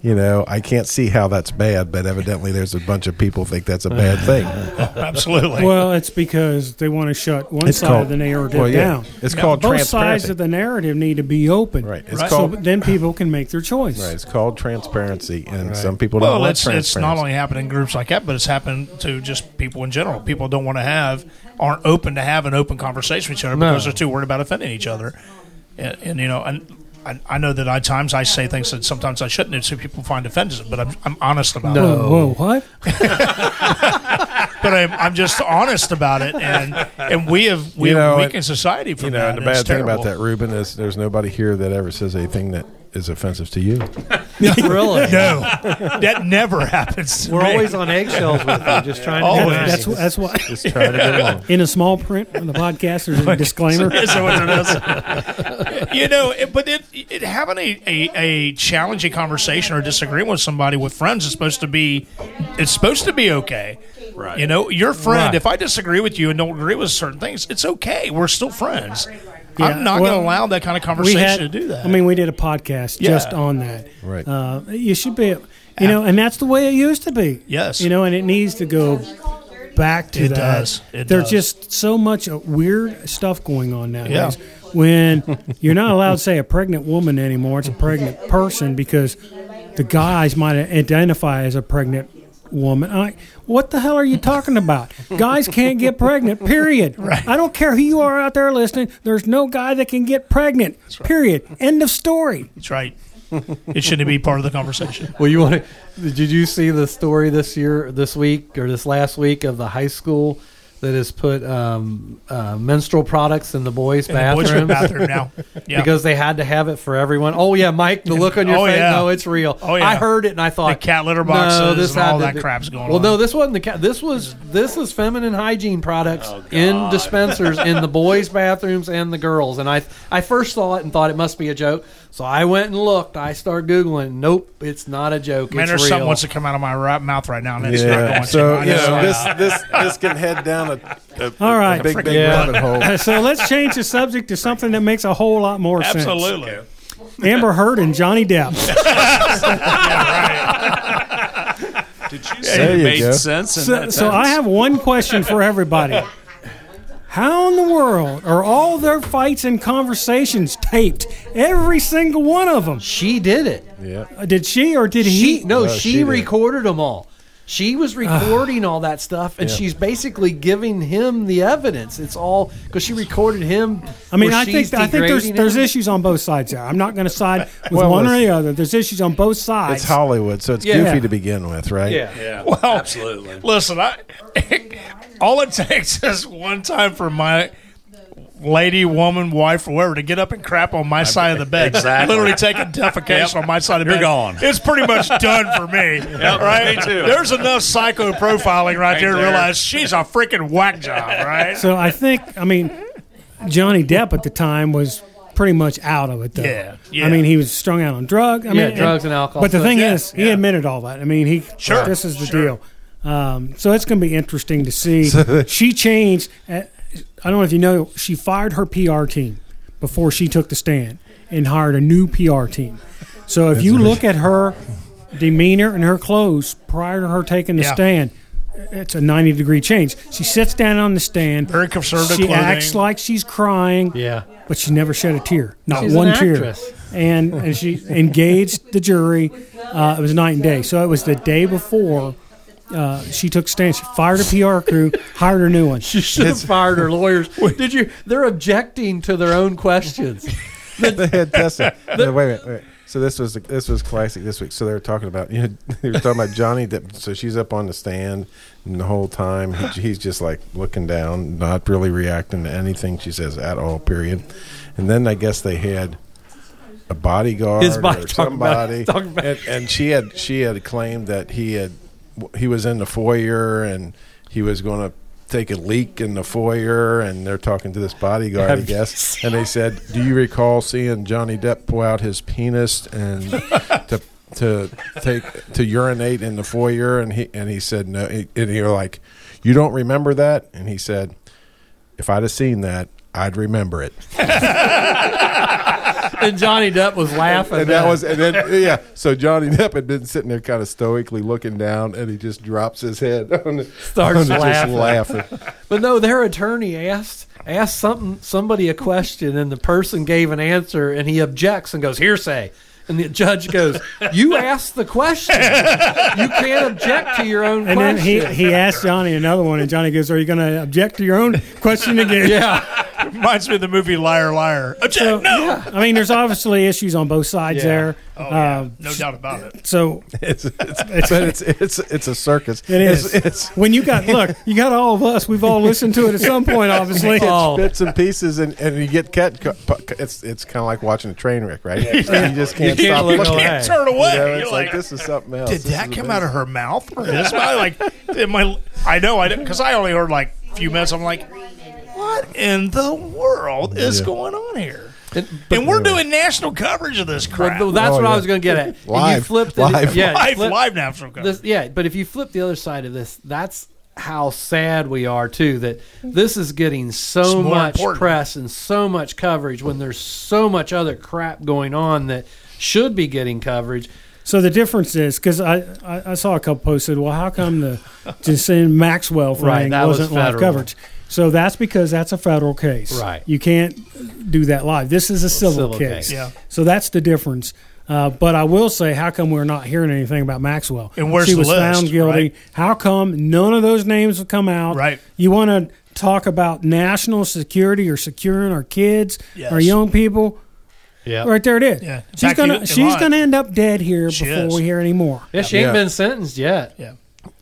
You know, I can't see how that's bad, but evidently there's a bunch of people think that's a bad thing. Absolutely. Well, it's because they want to shut one It's side called- of the narrative well, yeah. down. It's called both transparency. sides of the narrative need to be open. Right. It's So called- then people can make their choice. Right, it's called transparency, and Right. some people don't well, like it's transparency. it's not only happened in groups like that, but it's happened to just people in general. People don't want to have, aren't open to have an open conversation with each other No. because they're too worried about offending each other. And, and you know, and I, I know that at times I say things that sometimes I shouldn't, and so people find offensive. But I'm, I'm honest about it. Whoa, whoa, what? But I'm, I'm just honest about it, and and we have we You have know, weakened society from you know, that. and the and it's bad thing about terrible. that, Ruben, is there's nobody here that ever says anything that is offensive to you. really? No, that never happens. to We're me. always on eggshells with them, just trying to. Always. get That's everything. that's why. Just try to get along. In a small print on the podcast, there's a disclaimer. Is that what it is? you know, it- but it, it having a, a, a challenging conversation or disagreeing with somebody with friends is supposed to be it's supposed to be okay. Right. You know, your friend. Right. If I disagree with you and don't agree with certain things, it's okay. We're still friends. Yeah, I'm not well, going to allow that kind of we conversation had, to do that. I mean, we did a podcast Yeah. just on that. Right. Uh, you should be, you know, and that's the way it used to be. Yes. You know, and it needs to go back to It that. does. It There's does. just so much uh, weird stuff going on nowadays. Yeah. When you're not allowed to say a pregnant woman anymore, it's a pregnant person because the guys might identify as a pregnant woman. I, what the hell are you talking about? guys can't get pregnant, period. Right. I don't care who you are out there listening, there's no guy that can get pregnant, period. End of story. That's right. It shouldn't be part of the conversation. Well, you want to? Did you see the story this year, this week, or this last week of the high school that has put um, uh, menstrual products in the boys' In the boys' bathrooms bathroom now. Yeah. because they had to have it for everyone? Oh yeah, Mike, the look on your Oh, face. yeah. No, it's real. Oh, yeah. I heard it and I thought The cat litter No, boxes this and had all to that be- crap's going Well, on. no, this wasn't the cat. This was this was feminine hygiene products in dispensers in the boys' bathrooms and the girls. And I I first saw it and thought it must be a joke. So I went and looked. I started googling. Nope, it's not a joke. Man, it's there's real. something wants to come out of my right mouth right now, and it's not Yeah. going So to. you know, this this this can head down a, a, All right. a big big Yeah. rabbit hole. so let's change the subject to something that makes a whole lot more sense. Absolutely. Amber Heard and Johnny Depp. Did you There say you it made go. sense? And So, that so I sentence? have one question for everybody. How in the world are all their fights and conversations taped? Every single one of them. She did it. Yeah. Uh, Did she or did She he? no, No, she, she did. recorded them all. She was recording all that stuff, and she's basically giving him the evidence. It's all because she recorded him. I mean, where I think she's I think there's degrading there's him. issues on both sides there. I'm not going to side with Well, one or it's- the other. There's issues on both sides. It's Hollywood, so it's Yeah. goofy to begin with, right? Yeah. Yeah, Well, absolutely. Listen, I all it takes is one time for my lady, woman, wife, whoever to get up and crap on my side of the bed. Exactly. Literally take a defecation Yep. on my side of the You're bed. gone. It's pretty much done for me. Yep, right? me too. There's enough psycho profiling right, Right there to there. realize she's a freaking whack job, right? So I think, I mean, Johnny Depp at the time was pretty much out of it, though. Yeah, yeah. I mean, he was strung out on drugs. I Yeah, mean, drugs and alcohol. But the So, thing yeah, is, he admitted all that. I mean, he. Sure, This is the sure. deal. Um, so it's going to be interesting to see. she changed. uh, I don't know if you know, she fired her PR team before she took the stand and hired a new PR team. So if you look at her demeanor and her clothes prior to her taking the Yeah. stand, it's a 90 degree change. She sits down on the stand. Very conservative She clothing. acts like she's crying. Yeah. But she never shed a tear. Not She's one an tear. actress. And, and she engaged the jury. Uh, it was night and day. So it was the day before uh, she took stand. She fired a PR crew, hired a new one. She should have fired her lawyers. Did you? They're objecting to their own questions. they had Tessa. No, wait a minute. Wait. a minute. So this was this was classic this week. So they were talking about you know they were talking about Johnny Depp. So she's up on the stand and the whole time he, he's just like looking down, not really reacting to anything she says at all. Period. And then I guess they had a bodyguard His body- or talking about- somebody, talking about- and, and she had she had claimed that he had he was in the foyer and he was going to take a leak in the foyer and they're talking to this bodyguard i Have you guess and they said do you recall seeing johnny depp pull out his penis and to to take to urinate in the foyer and he and he said no and he were like you don't remember that and he said if i'd have seen that i'd remember it And Johnny Depp was laughing. and that was and then yeah so johnny depp had been sitting there kind of stoically looking down and he just drops his head on the, Starts on the- just laughing. laughing But no, their attorney asked asked something somebody a question, and the person gave an answer, and he objects and goes hearsay. And the judge goes, "You asked the question. You can't object to your own And question." then he, he asked Johnny another one, and Johnny goes, Are you going to object to your own question again? yeah, Reminds me of the movie Liar Liar. Object, So, no. I mean, there's obviously issues on both sides Yeah. there. Oh, Uh, yeah. No doubt about it. so It's, it's, but it's it's it's a circus. It is. It's, it's, when you got look, you got all of us. We've all listened to it at some point, obviously. Oh. bits and pieces, and, and you get cut. cut- pu- It's it's kind of like watching a train wreck, right? You just can't, can't stop look looking. away. You Can't turn away. know, You're it's like, this is something else. Did This that is come amazing. out of her mouth? Or is my like in my? I know I didn't because I only heard like a few minutes. I'm like, what in the world is Yeah. going on here? And- and we're doing national coverage of this crap. Well, that's Oh, what yeah. I was going to get at. And you Live. flipped it. Live. Yeah, live, flip- live national coverage. this, yeah, but if you flip the other side of this, that's how sad we are too. That this is getting It's so more much important. press and so much coverage when there's so much other crap going on that should be getting coverage. So the difference is because I, I I saw a couple posted. Well, how come the Jason Maxwell thing Right, that was wasn't live federal. coverage? So that's because that's a federal case. Right. You can't do that live. This is a civil, civil case. case. Yeah. So that's the difference. Uh, but I will say, how come we're not hearing anything about Maxwell? And where's she the was list, found guilty? right? How come none of those names have come out? Right. You want to talk about national security or securing our kids, our Yes. young people? Yeah, Right there it is. Yeah. She's Back gonna in- in she's line. gonna end up dead here She before is. we hear any more. yeah. She ain't Yeah. been sentenced yet. yeah.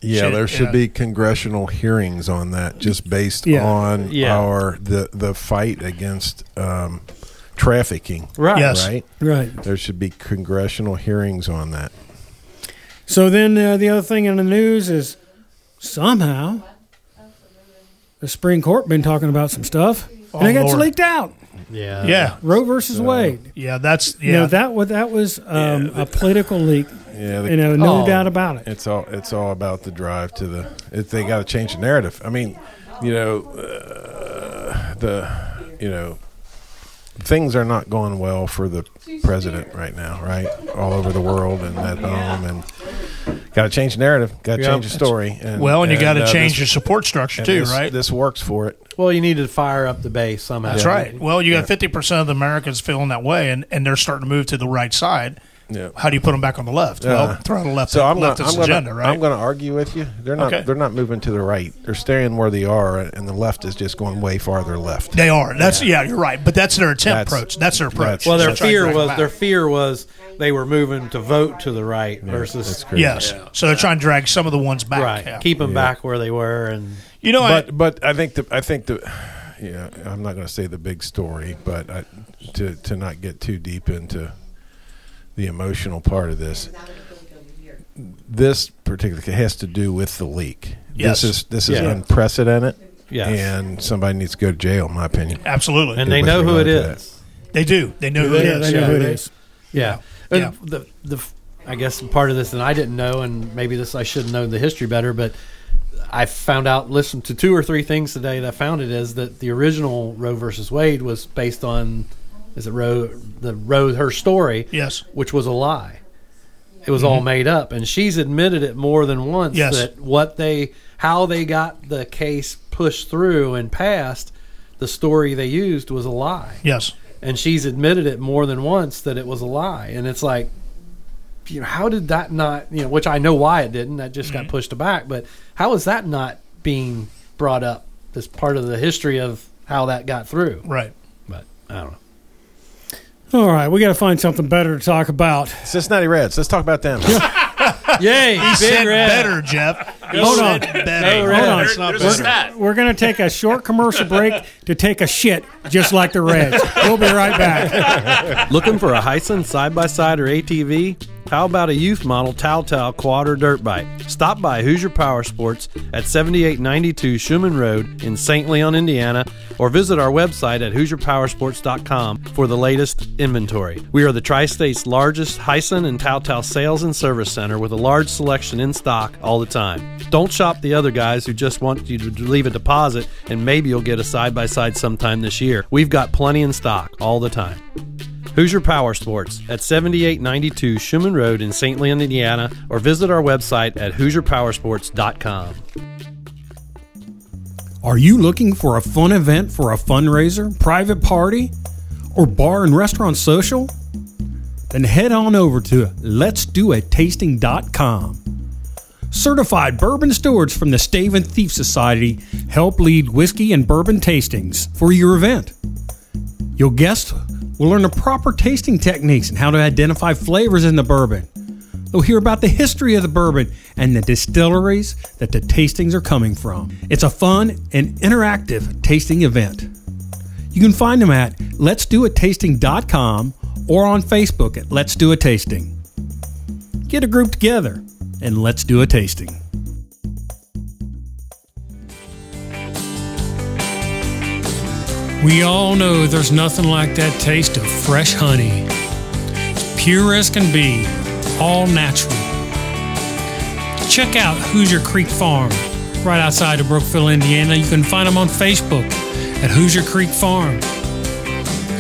Yeah, Shit, there should yeah. be congressional hearings on that, just based Yeah. on Yeah. our the the fight against um, trafficking. Right. Yes. Right. Right. There should be congressional hearings on that. So then uh, the other thing in the news is somehow the Supreme Court been talking about some stuff and it Oh, gets Lord. leaked out. Yeah. Yeah. Roe versus Wade. Yeah. That's yeah. You know that was that was um, a political leak. Yeah. the- You uh, know, no Oh. doubt about it. It's all it's all about the drive to the. It, they got to change the narrative. I mean, you know, uh, the you know things are not going well for the president right now, right? All over the world and at home, and got to change the narrative. Got to Yeah. change the story. And, well, and you got to uh, change this- your support structure and too, this- right? This works for it. Well, you need to fire up the base somehow. That's right. Well, you got fifty percent of the Americans feeling that way, and, and they're starting to move to the right side. Yeah. How do you put them back on the left? Yeah. well, throw out a left, So I'm leftist not. I'm gonna, agenda, right? I'm going to argue with you. They're not. Okay. They're not moving to the right. They're staying where they are, and the left is just going way farther left. They are. That's yeah. You're right. But that's their attempt That's- approach. That's their approach. that's- Well, their That's fear right. was their fear was they were moving to vote to the right versus crazy. yes. So they're trying to drag some of the ones back. right, Yeah. keep them back where they were, and you know, I, but but I think the I think the yeah, I'm not going to say the big story, but I, to to not get too deep into the emotional part of this, this particular case has to do with the leak. Yes. This is this is Yeah. unprecedented. Yes. and somebody needs to go to jail, in my opinion. Absolutely. And they With know who regard it to that. is. They do. They know who it Yeah, is. they know who it Yeah. is. Yeah. Yeah. And the the f- I guess part of this, and I didn't know, and maybe this I should have known the history better, but I found out, listened to two or three things today that I found it is that the original Roe versus Wade was based on is it Roe the Roe her story? Yes, which was a lie. It was all Mhm. made up, and she's admitted it more than once Yes. that what they how they got the case pushed through and passed, the story they used was a lie Yes. and she's admitted it more than once that it was a lie and it's like you know how did that not you know which i know why it didn't that just got pushed back but how is that not being brought up as part of the history of how that got through right but i don't know All right, we got to find something better to talk about. Cincinnati Reds. Let's talk about them. Yay! He said better, Jeff. He Hold on. said better. Hey, hold on. It's not We're- We're going to take a short commercial break to take a shit, just like the Reds. We'll be right back. Looking for a Hyson side by side or ATV? How about a youth model Towtow quad or dirt bike? Stop by Hoosier Power Sports at 7892 Schuman Road in St. Leon, Indiana, or visit our website at HoosierPowersports.com for the latest inventory. We are the tri state's largest Hyson and Towtow sales and service center with a large selection in stock all the time. Don't shop the other guys who just want you to leave a deposit and maybe you'll get a side by side sometime this year. We've got plenty in stock all the time. Hoosier Power Sports at 7892 Schuman Road in St. Leon, Indiana, or visit our website at HoosierPowersports.com. Are you looking for a fun event for a fundraiser, private party, or bar and restaurant social? Then head on over to letsdoatasting.com. Certified bourbon stewards from the Stave and Thief Society help lead whiskey and bourbon tastings for your event. Your guests will learn the proper tasting techniques and how to identify flavors in the bourbon. They'll hear about the history of the bourbon and the distilleries that the tastings are coming from. It's a fun and interactive tasting event. You can find them at letsdoatasting.com or on Facebook at Let's Do a Tasting. Get a group together and let's do a tasting. We all know there's nothing like that taste of fresh honey. It's pure as can be, all natural. Check out Hoosier Creek Farm, right outside of Brookville, Indiana. You can find them on Facebook at Hoosier Creek Farm.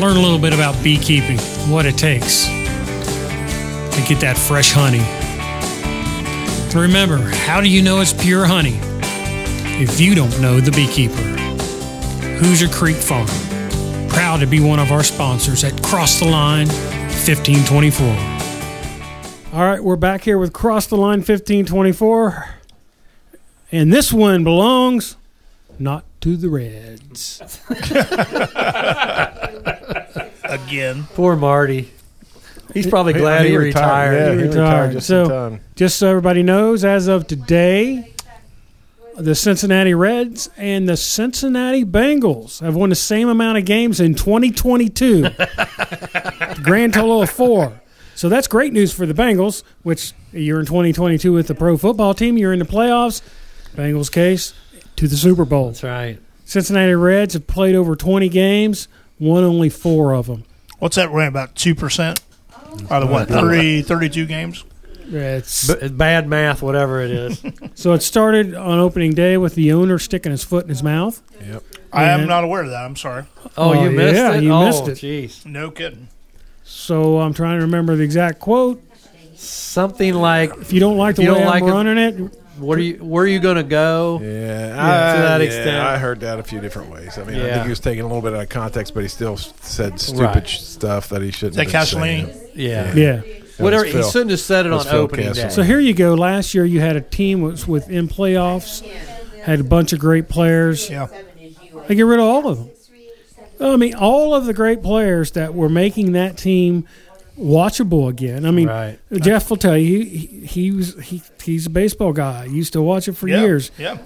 Learn a little bit about beekeeping, what it takes to get that fresh honey. And remember, how do you know it's pure honey if you don't know the beekeeper? Hoosier Creek Farm. Proud to be one of our sponsors at Cross the Line 1524. All right, we're back here with Cross the Line 1524. And this one belongs not to the Reds. Again. Poor Marty. He's probably He- glad he, he retired. retired. Yeah, he retired just in time. Just so everybody knows, as of today, the Cincinnati Reds and the Cincinnati Bengals have won the same amount of games in 2022, grand total of four. So that's great news for the Bengals, which you're in 2022 with the pro football team. You're in the playoffs. Bengals case to the Super Bowl. That's right. Cincinnati Reds have played over 20 games, won only four of them. What's that rate? About 2%? Out of what? Yeah. 30, 32 games? Yeah, it's uh, bad math, whatever it is. So it started on opening day with the owner sticking his foot in his mouth. Yep. I am And- not aware of that. I'm sorry. Oh, Oh, you missed yeah, it? you Oh, missed it. Jeez. No kidding. So I'm trying to remember the exact quote. Something like if you don't like the if you way don't I'm like it- running it, What are you? Where are you going to go? Yeah, to that yeah, extent. I heard that a few different ways. I mean, I Yeah. think he was taking a little bit out of context, but he still s- said stupid Right. sh- stuff that he shouldn't. Is that have been Castellini? saying. Yeah. Yeah. That Whatever- was he Phil. shouldn't have said it That was on Phil opening day. Castellini. So here you go. Last year you had a team was with in playoffs, had a bunch of great players. Yeah. They get rid of all of them. I mean, all of the great players that were making that team watchable again. I mean, Right. Jeff will tell you he, he he was he he's a baseball guy. He used to watch it for Yeah, years. yeah.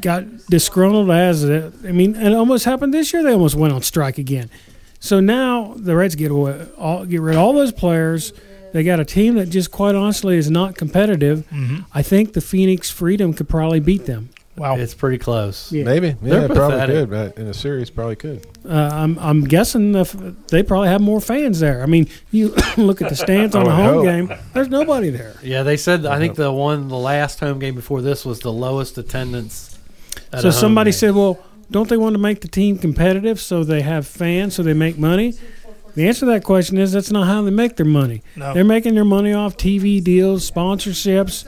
got disgruntled as it, I mean, and it almost happened this year. They almost went on strike again. So now the Reds get away, all, get rid of all those players. They got a team that just quite honestly is not competitive. Mm-hmm. Mhm. I think the Phoenix Freedom could probably beat them. Wow, it's pretty close. Maybe. They're Yeah, it probably pathetic. could. But in a series, probably could. Uh, I'm I'm guessing the, f- they probably have more fans there. I mean, you look at the stands I on a would home hope. game. There's nobody there. Yeah, they said. I think the one, the last home game before this was the lowest attendance. at So a home somebody game. said, "Well, don't they want to make the team competitive so they have fans so they make money?" The answer to that question is that's not how they make their money. No. They're making their money off TV deals, sponsorships.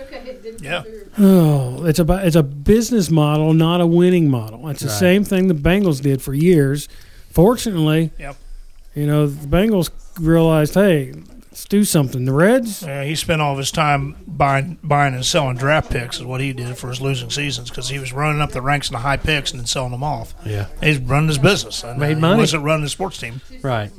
Yeah. Oh, it's about it's a business model, not a winning model. It's the Right. same thing the Bengals did for years. Fortunately, Yep. you know the Bengals realized, hey, let's do something. The Reds, Yeah, he spent all of his time buying, buying and selling draft picks is what he did for his losing seasons because he was running up the ranks in the high picks and then selling them off. Yeah. he's running his business. And uh, Made he money. wasn't running his sports team. Right.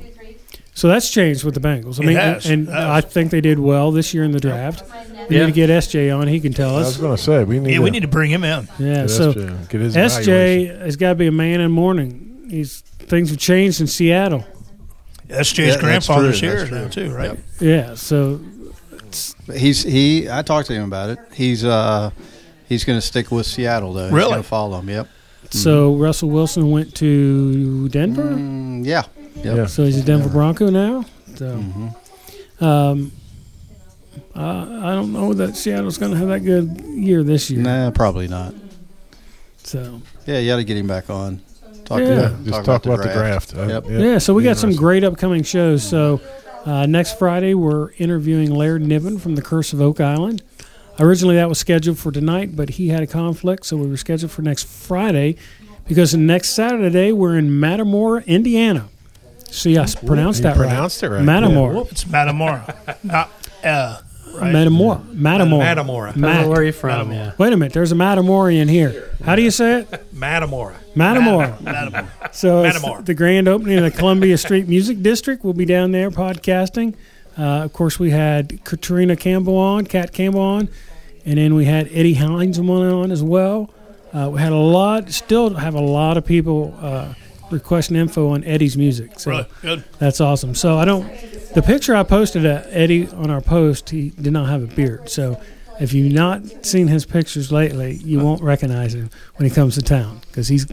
So that's changed with the Bengals. I It mean, has, it and, and has. I think they did well this year in the draft. We Yeah. need to get SJ on; he can tell us. I was going to say, we need Yeah, we to- need to bring him in. Yeah, That's so true. Get his SJ has got to be a man in mourning. He's things have changed in Seattle. That's Jay's Yeah, that's grandfather's true, here that's now too, right? Yeah, so He's he. I talked to him about it. He's uh, he's going to stick with Seattle though. He's Really? going to follow him. Yep. so Russell Wilson went to Denver. Hmm. Mm, yeah. Yep. Yeah. So he's a Denver Bronco now. So, um, I, I don't know that Seattle's going to have that good year this year. Nah, probably not. So Yeah, you got to get him back on. Yeah. him, Yeah, just talk about the draft. I- Yep. Yeah, so we got some great upcoming shows. So uh, next Friday, we're interviewing Laird Niven from The Curse of Oak Island. Originally, that was scheduled for tonight, but he had a conflict, so we were scheduled for next Friday because next Saturday, we're in Matamora, Indiana. See, I s- pronounced you that pronounced right. it right. Matamora. It's Matamora, not uh, right? Matamora. Matamora. Matamora. Mat- Where are you from? Matamora. Yeah. Wait a minute. There's a Matamorian here. How do you say it? Matamora. Matamora. Matamora. So it's Matamora. the grand opening of the Columbia Street Music District. We'll be down there podcasting. Uh, of course, we had Katrina Campbell on, Kat Campbell on, and then we had Eddie Heinzelman on as well. Uh, we had a lot, still have a lot of people uh, requesting info on Eddie's music. So Really? Good. That's awesome. So I don't. The picture I posted at Eddie on our post, he did not have a beard. So if you've not seen his pictures lately, you won't recognize him when he comes to town because he's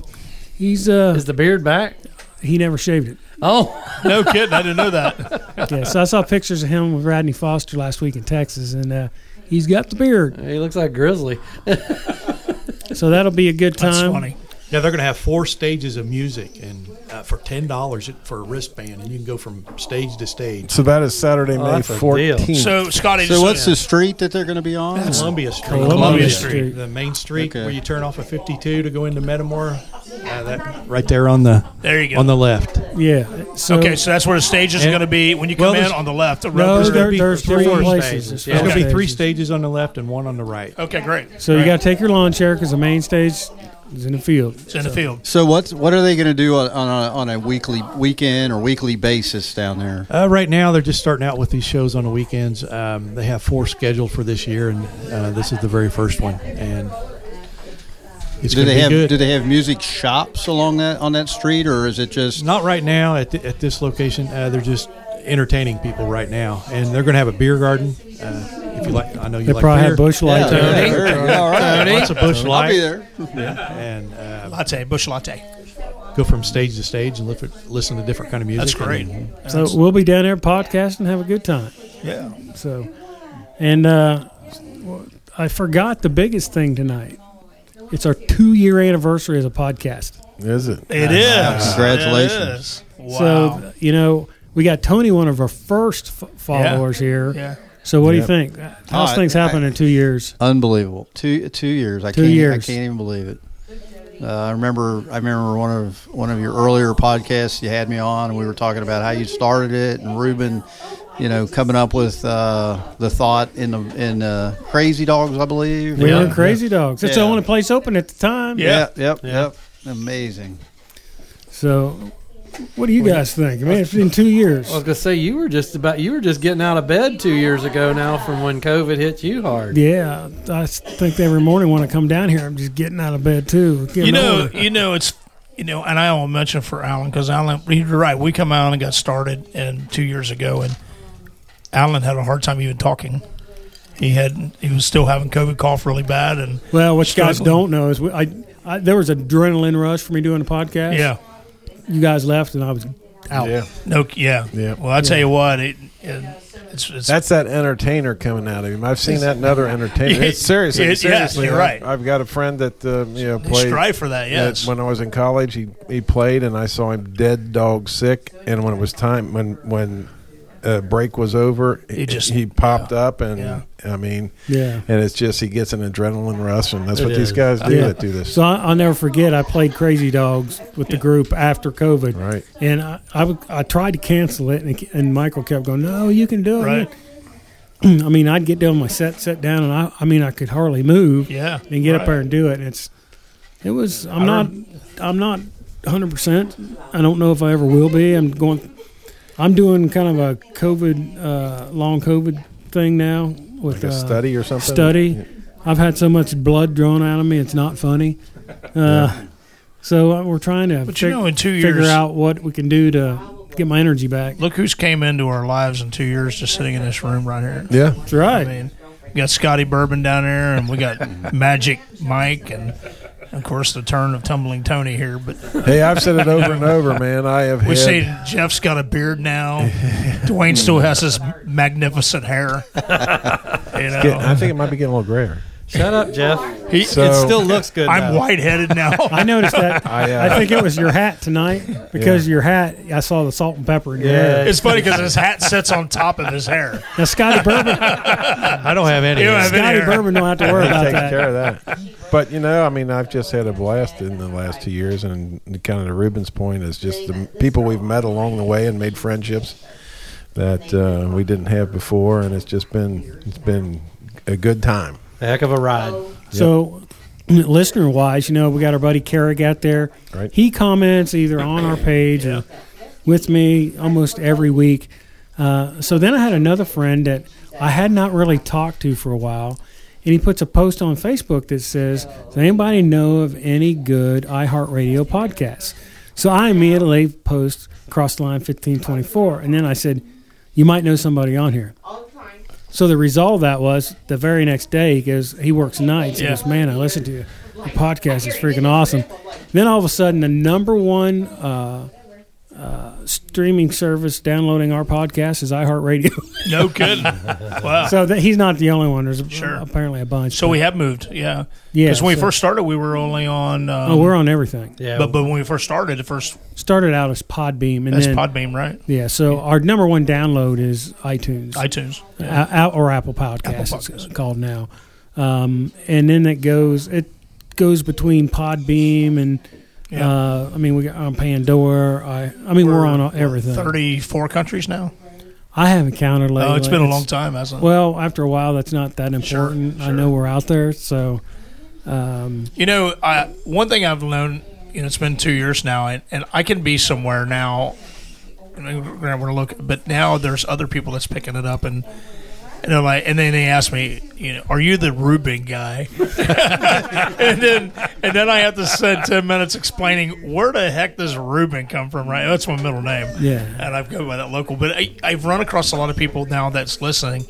he's uh. Is the beard back? He never shaved it. Oh, no kidding! I didn't know that. Yeah. So I saw pictures of him with Rodney Foster last week in Texas, and uh, he's got the beard. He looks like Grizzly. so that'll be a good time. That's funny. Yeah, they're going to have four stages of music, and uh, for ten dollars for a wristband, and you can go from stage to stage. So that is Saturday, May 14th. So what's the street that they're going to be on? That's Columbia Street. Columbia Street, Street. the main street Okay. where you turn off of 52 to go into Metamora. Uh, that right there on the There you go. on the left. Yeah. so- okay, so that's where the stages are going to be when you Well, come in there's- on the left. The Well, road there's is gonna gonna be be three four places. stages. There's going to be Okay. three stages on the left and one on the right. Okay, great. So you got to take your lawn chair because the main stage is in the field. It's in the field. So what's what are they going to do on, on, a, on a weekly weekend or weekly basis down there? Uh, right now, they're just starting out with these shows on the weekends. Um, they have four scheduled for this year, and uh, this is the very first one. And it's do going to they be have good. do they have music shops along that on that street or is it just Not right now at, th- at this location. Uh, they're just entertaining people right now, and they're going to have a beer garden. Uh, if you like, I know you They like probably beer. have bush light. Yeah, Tony. there you go. All right. Tony. Lots of bush light. I'll be there. Yeah, and uh, latte, bush latte. Go from stage to stage and listen, listen to different kind of music. That's great. And- So we'll be down there podcasting, have a good time. Yeah. So, and uh, I forgot the biggest thing tonight. It's our two year anniversary as a podcast. Is it? It Wow. is. Congratulations. It is. Wow. So you know we got Tony, one of our first f- followers here. Yeah. So what Yeah. do you think? How's Oh, things I- happened in two years? Unbelievable. Two two years. I Two can't I years. can't even believe it. Uh, I remember I remember one of one of your earlier podcasts you had me on and we were talking about how you started it and Ruben, you know, coming up with uh, the thought in the in uh, Crazy Dogs, I believe. We were Crazy Dogs. It's Yeah. the only place open at the time. Yeah. Yep. Yep. Amazing. So What do you guys think? I mean, it's been two years. I was gonna say you were just about you were just getting out of bed two years ago now from when COVID hit you hard. Yeah, I s- think every morning when I come down here, I'm just getting out of bed too. you Getting know, older. you know, it's you know, and I will mention for Alan because Alan, you're right. We come out and got started and two years ago, and Alan had a hard time even talking. He had he was still having COVID cough really bad, and well, what you guys struggling. don't know is we, I, I there was adrenaline rush for me doing the podcast. Yeah. you guys left and I was out. Yeah. No, yeah, Yeah. Well, I tell you what, it, it it's, it's That's that entertainer coming out of him. I've seen that in other entertainers. It's seriously, It- yes, seriously. you're I've- right. I've got a friend that uh, you know played strive for that, yes. When I was in college, he he played, and I saw him dead dog sick. And when it was time, when when uh, break was over, he just- he popped up, and Yeah. I mean, Yeah. And it's just he gets an adrenaline rush, and that's It what these is. guys do Yeah. that do this. So I, I'll never forget. I played Crazy Dogs with the group after COVID, Right. And I, I, would- I tried to cancel it, and, and Michael kept going, "No, you can do it." Right. I mean, I'd get down my set, sit down, and I, I mean, I could hardly move. Yeah, And get right. up there and do it, and it's, it was. I'm not. I'm not 100. percent I don't know if I ever will be. I'm going. I'm doing kind of a COVID, uh, long COVID thing now with Like a uh, study or something. study. I've had so much blood drawn out of me; it's not funny. Uh, So uh, we're trying to But you know, in two figure years- out what we can do to get my energy back. look who's came into our lives in two years, just sitting in this room right here. Yeah. That's right. I mean, we got Scotty Bourbon down there, and we got Magic Mike, and of course the turn of Tumbling Tony here. But Hey, I've said it over and over, man. I have. we had- see Jeff's got a beard now. Dwayne still has his magnificent hair. You Get- I know, think it might be getting a little grayer. Shut up, Jeff. He- So- it still looks good. I'm though. white headed now. I noticed that. I, uh, I think it was your hat tonight because your hat. I saw the salt and pepper in your hair. It's funny because his hat sits on top of his hair. Now Scotty Bourbon, I don't have any. You don't of that. have any Scotty hair. Bourbon don't have to worry Take about that. care of that. But you know, I mean, I've just had a blast in the last two years, and kind of to Ruben's point is just the people we've met along the way and made friendships that uh, we didn't have before, and it's just been it's been a good time. Heck of a ride. So, listener wise, you know, we got our buddy Carrick out there. Right. He comments either on our page or with me almost every week. Uh, so then I had another friend that I had not really talked to for a while, and he puts a post on Facebook that says, "Does anybody know of any good iHeartRadio podcasts?" So I immediately post cross the line fifteen twenty four, and then I said, "You might know somebody on here." So the result of that was the very next day he goes he works nights. He Yeah. goes, man, I listen to you. The podcast is freaking awesome. Then all of a sudden, the number one uh, uh, streaming service downloading our podcast is iHeartRadio. No kidding. Wow. so that, he's not the only one. There's Sure. apparently a bunch. So we have moved. Yeah. Yeah, Because when so- we first started, we were only on. Um, oh, we're on everything. Yeah. But, but when we first started, the first Started out as Podbeam, and that's then Podbeam, right? yeah. So our number one download is iTunes. iTunes. A- Out or Apple Podcasts, Apple it's Podcasts. called now. Um, and then it goes it goes between Podbeam and Yeah. uh, I mean we got on Pandora. I I mean we're, on everything. Thirty-four countries now. I haven't counted lately. Oh, it's been a long time, hasn't it? Well, after a while, that's not that important. I know we're out there, so You know, I, one thing I've learned, you know, it's been two years now, and, and I can be somewhere now. And I'm going to look, but now there's other people that's picking it up, and and they're like, and then they ask me, you know, are you the Rubin guy? and then and then I have to spend ten minutes explaining where the heck does Rubin come from? Right, that's my middle name. Yeah. and I've gone by that local, but I, I've run across a lot of people now that's listening,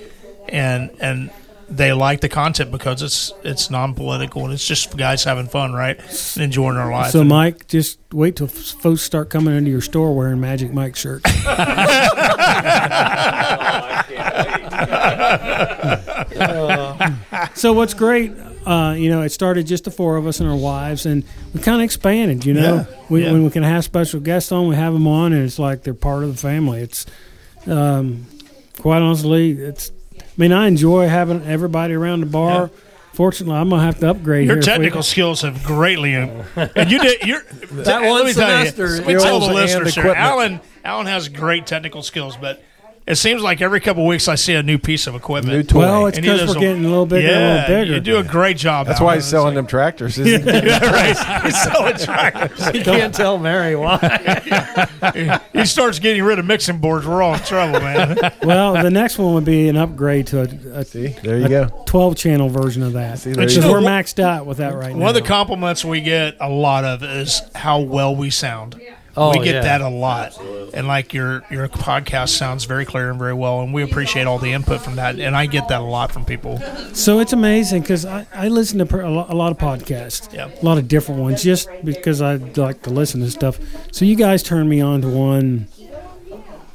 and and they like the content because it's it's non political and it's just guys having fun, right, and enjoying our life. so Mike, just wait till f- folks start coming into your store wearing Magic Mike shirts. so what's great, uh, you know, it started just the four of us and our wives, and we kind of expanded. You know, Yeah, we, yeah. when we can have special guests on, we have them on, and it's like they're part of the family. It's um, quite honestly, it's. I mean, I enjoy having everybody around the bar. Fortunately, I'm gonna have to upgrade your here if we- technical skills have greatly, and you did. You're, That one let me tell you- semester- let me tell Skills the and listeners, here, equipment. Alan Alan has great technical skills, but It seems like every couple of weeks I see a new piece of equipment. New toy. Well, it's And he 'cause lives we're getting a little bigger and a Yeah, little bigger. You do a great job. That's out why there. he's selling them tractors. Isn't he? yeah, right. He's selling tractors. You can't tell Mary why. He starts getting rid of mixing boards. We're all in trouble, man. well, the next one would be an upgrade to a, a See, there you go. 12 channel version of that. See, there Which you is go. we're maxed out with that right One of the now. compliments we get a lot of is how well we sound. Oh, we get yeah. that a lot, and like your your podcast sounds very clear and very well, and we appreciate all the input from that. And I get that a lot from people. so it's amazing because I, I listen to per, a, lot, a lot of podcasts, Yeah. a lot of different ones, just because I like to listen to stuff. So you guys turned me on to one,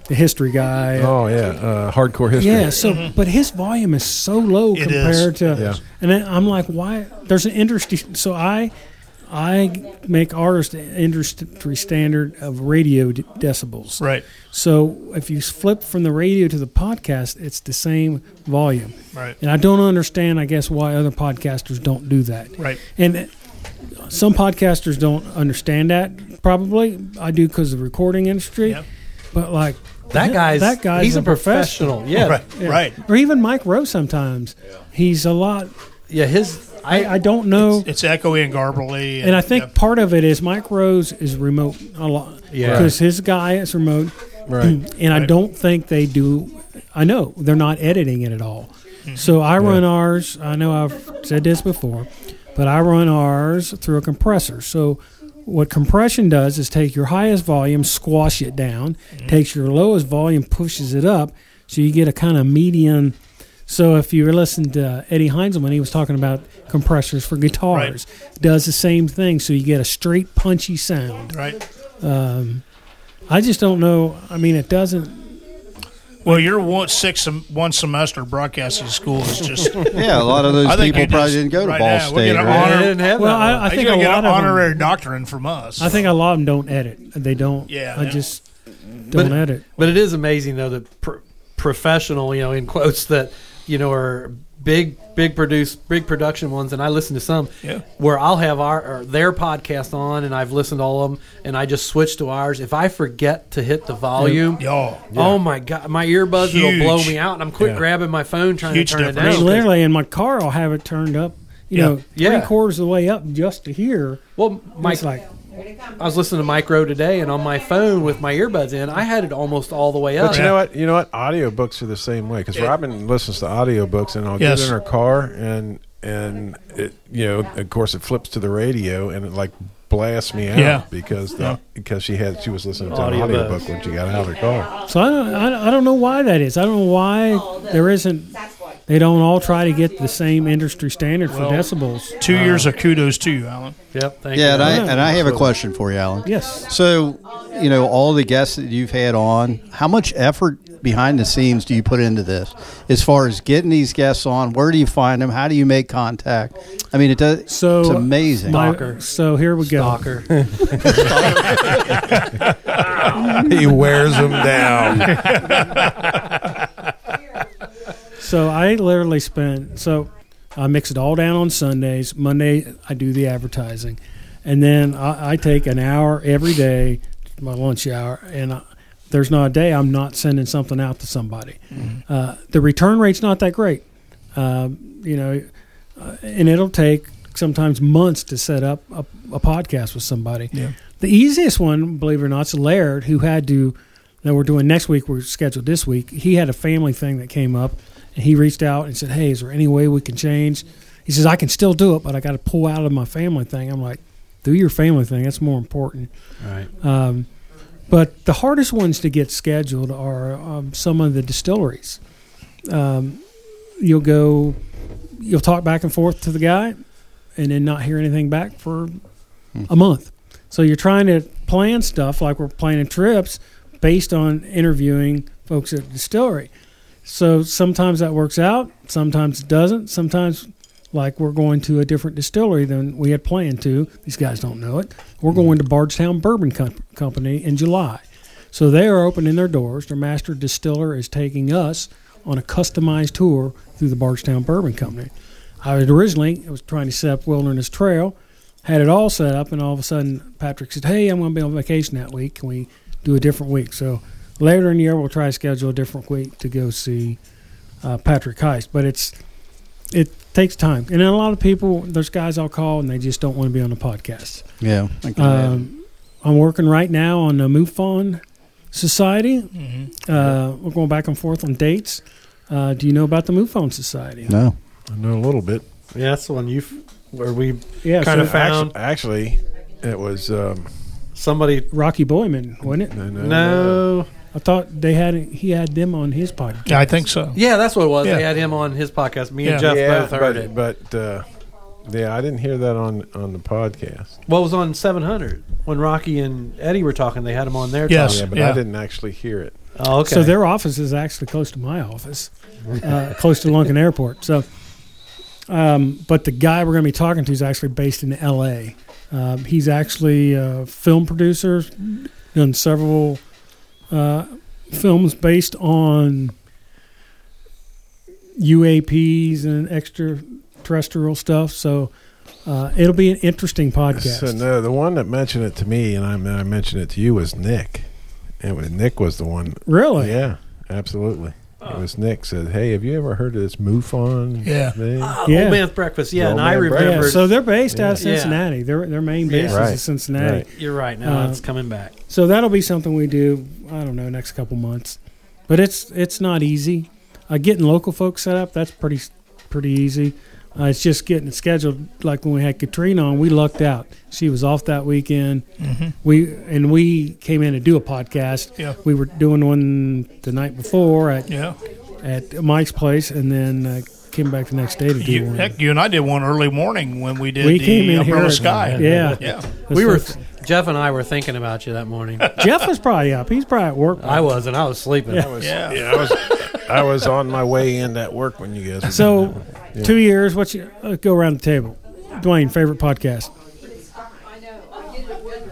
the history guy. Oh yeah, uh, hardcore history. Yeah, so but his volume is so low Mm-hmm. It is. compared to, Yeah. and then I'm like, why? There's an industry. So I, I make ours the industry standard of radio de- decibels. Right. So if you flip from the radio to the podcast, it's the same volume. Right. And I don't understand, I guess, why other podcasters don't do that. Right. And uh, some podcasters don't understand that. Probably I do because of the recording industry. Yep. But like That guy's that guy's he's a professional. Yeah, Right. Right. or even Mike Rowe sometimes. He's a lot. yeah. His I, I don't know, It's echoey and garbly, and I think yeah. part of it is Mike Rowe's is remote a lot. Yeah. because his guy is remote, Right. and I don't think they do. I know they're not editing it at all. So I run ours. I know I've said this before, but I run ours through a compressor. So what compression does is take your highest volume, squash it down, takes your lowest volume, pushes it up, so you get a kind of median. So if you listen to Eddie Heinzelman, he was talking about compressors for guitars. Does the same thing, so you get a straight punchy sound. right. I just don't know. I mean, it doesn't. Well, your one six sem- one semester broadcasting school is just. Yeah, a lot of those I think people you probably just- didn't go to right Ball now, we're State. gonna Right? I honor- didn't have Well, that. I, I think you're a gonna get lot an of honorary them, doctrine from us. I think a lot of them don't edit. They don't. Yeah, I yeah. just don't But- edit. But it is amazing though the pr- professional, you know, in quotes that you know are big, big produce, big production ones, and I listen to some Yeah. where I'll have our or their podcast on, and I've listened to all of them, and I just switch to ours. If I forget to hit the volume. Yo, Oh my god, my earbuds Huge. will blow me out, and I'm quick grabbing my phone trying Huge to turn difference. it I down. literally in my car, I'll have it turned up. You Yeah. know, Yeah. three quarters of the way up just to hear. Well, my, It's like I was listening to Micro today, and on my phone with my earbuds in, I had it almost all the way up. But you know what? You know what? Audiobooks are the same way because Robin listens to audiobooks, and I'll Yes. get in her car, and and it, you know, of course, it flips to the radio, and it like blasts me out Yeah. because the, because she had she was listening to Audiobooks. an audiobook when she got out of her car. so. I don't. I, don't- I don't know why that is. I don't know why there isn't. They don't all try to get the same industry standard for decibels. two years of kudos to you, Alan. Yep. Thank Yeah, you. and I, and I have a question for you, Alan. Yes. So, you know, all the guests that you've had on, how much effort behind the scenes do you put into this? As far as getting these guests on, where do you find them? How do you make contact? I mean, it does. So it's amazing. my- Stalker. so here we go. Stalker. he wears them down. So I literally spent so I mix it all down on Sundays. Monday I do the advertising, and then I, I take an hour every day, my lunch hour, and I, there's not a day I'm not sending something out to somebody. Uh, the return rate's not that great, Um you know, uh, and it'll take sometimes months to set up a, a podcast with somebody. The easiest one, believe it or not, is Laird, who had to. That we're doing next week. We're scheduled this week. He had a family thing that came up, and he reached out and said, "Hey, is there any way we can change?" He says, "I can still do it, but I got to pull out of my family thing." I'm like, "Do your family thing. That's more important." Right. Um, but the hardest ones to get scheduled are um, some of the distilleries. Um, you'll go, you'll talk back and forth to the guy, and then not hear anything back for a month. So you're trying to plan stuff like we're planning trips based on interviewing folks at the distillery. So sometimes that works out, sometimes it doesn't. Sometimes, like we're going to a different distillery than we had planned to. These guys don't know it. We're going to Bardstown Bourbon Com- Company in July. So they are opening their doors. Their master distiller is taking us on a customized tour through the Bardstown Bourbon Company. I had originally I was trying to set up Wilderness Trail, had it all set up, and all of a sudden Patrick said, "Hey, I'm going to be on vacation that week. Can we do a different week?" So Later in the year, we'll try to schedule a different week to go see uh, Patrick Heist. But it's it takes time, and a lot of people. There's guys I'll call, and they just don't want to be on the podcast. Yeah, I can Um, I'm working right now on the MUFON Society. Uh, we're going back and forth on dates. Uh, do you know about the MUFON Society? No. I know a little bit. Yeah, that's the one you have where we Yeah, kind so- of found Actually, actually, it was. Um, uh, somebody. Rocky Boyman, wasn't it? no, Oh, no, No. I thought they had he had them on his podcast. Yeah, I think so. Yeah, that's what it was. Yeah. They had him on his podcast. Me and Yeah. Jeff Yeah, both heard but, it. but uh, yeah, I didn't hear that on on the podcast. What was on 700 when Rocky and Eddie were talking? They had him on there. Yes. Yeah, but Yeah. I didn't actually hear it. Oh, okay. So their office is actually close to my office, uh, close to Lunkin Airport. So, um, but the guy we're going to be talking to is actually based in L.A. Um, he's actually a film producer, done several uh, films based on UAPs and extraterrestrial stuff. So uh, it'll be an interesting podcast. So no, the one that mentioned it to me, and I, I mentioned it to you, was Nick. It was Nick was the one. Oh, really? Yeah, absolutely. It was Nick said, "Hey, have you ever heard of this MUFON?" Yeah. thing?" Yeah. Old Man's Breakfast. Yeah, The and Old I Man remember. Yeah, so they're based out of Yeah. Cincinnati. Their their main Yeah. base is in Right. Cincinnati. Right. You're right. Now Uh, it's coming back. So that'll be something we do. I don't know next couple months, but it's it's not easy. Uh, getting local folks set up that's pretty pretty easy. Uh, it's just getting it scheduled. Like when we had Katrina on, we lucked out. She was off that weekend. We and we came in to do a podcast. Mm-hmm. Yeah. We were doing one the night before at Yeah. at Mike's place, and then uh, came back the next day to do You, one. heck, you and I did one early morning when we did We the came in Umbrella here- Sky. Yeah. Yeah. We were Jeff and I were thinking about you that morning. Jeff was probably up. He's probably at work. I wasn't. I was sleeping. I was, Yeah. I was I was on my way in at work when you guys. Were doing So, that two years. What's your uh, go around the table? Dwayne, favorite podcast?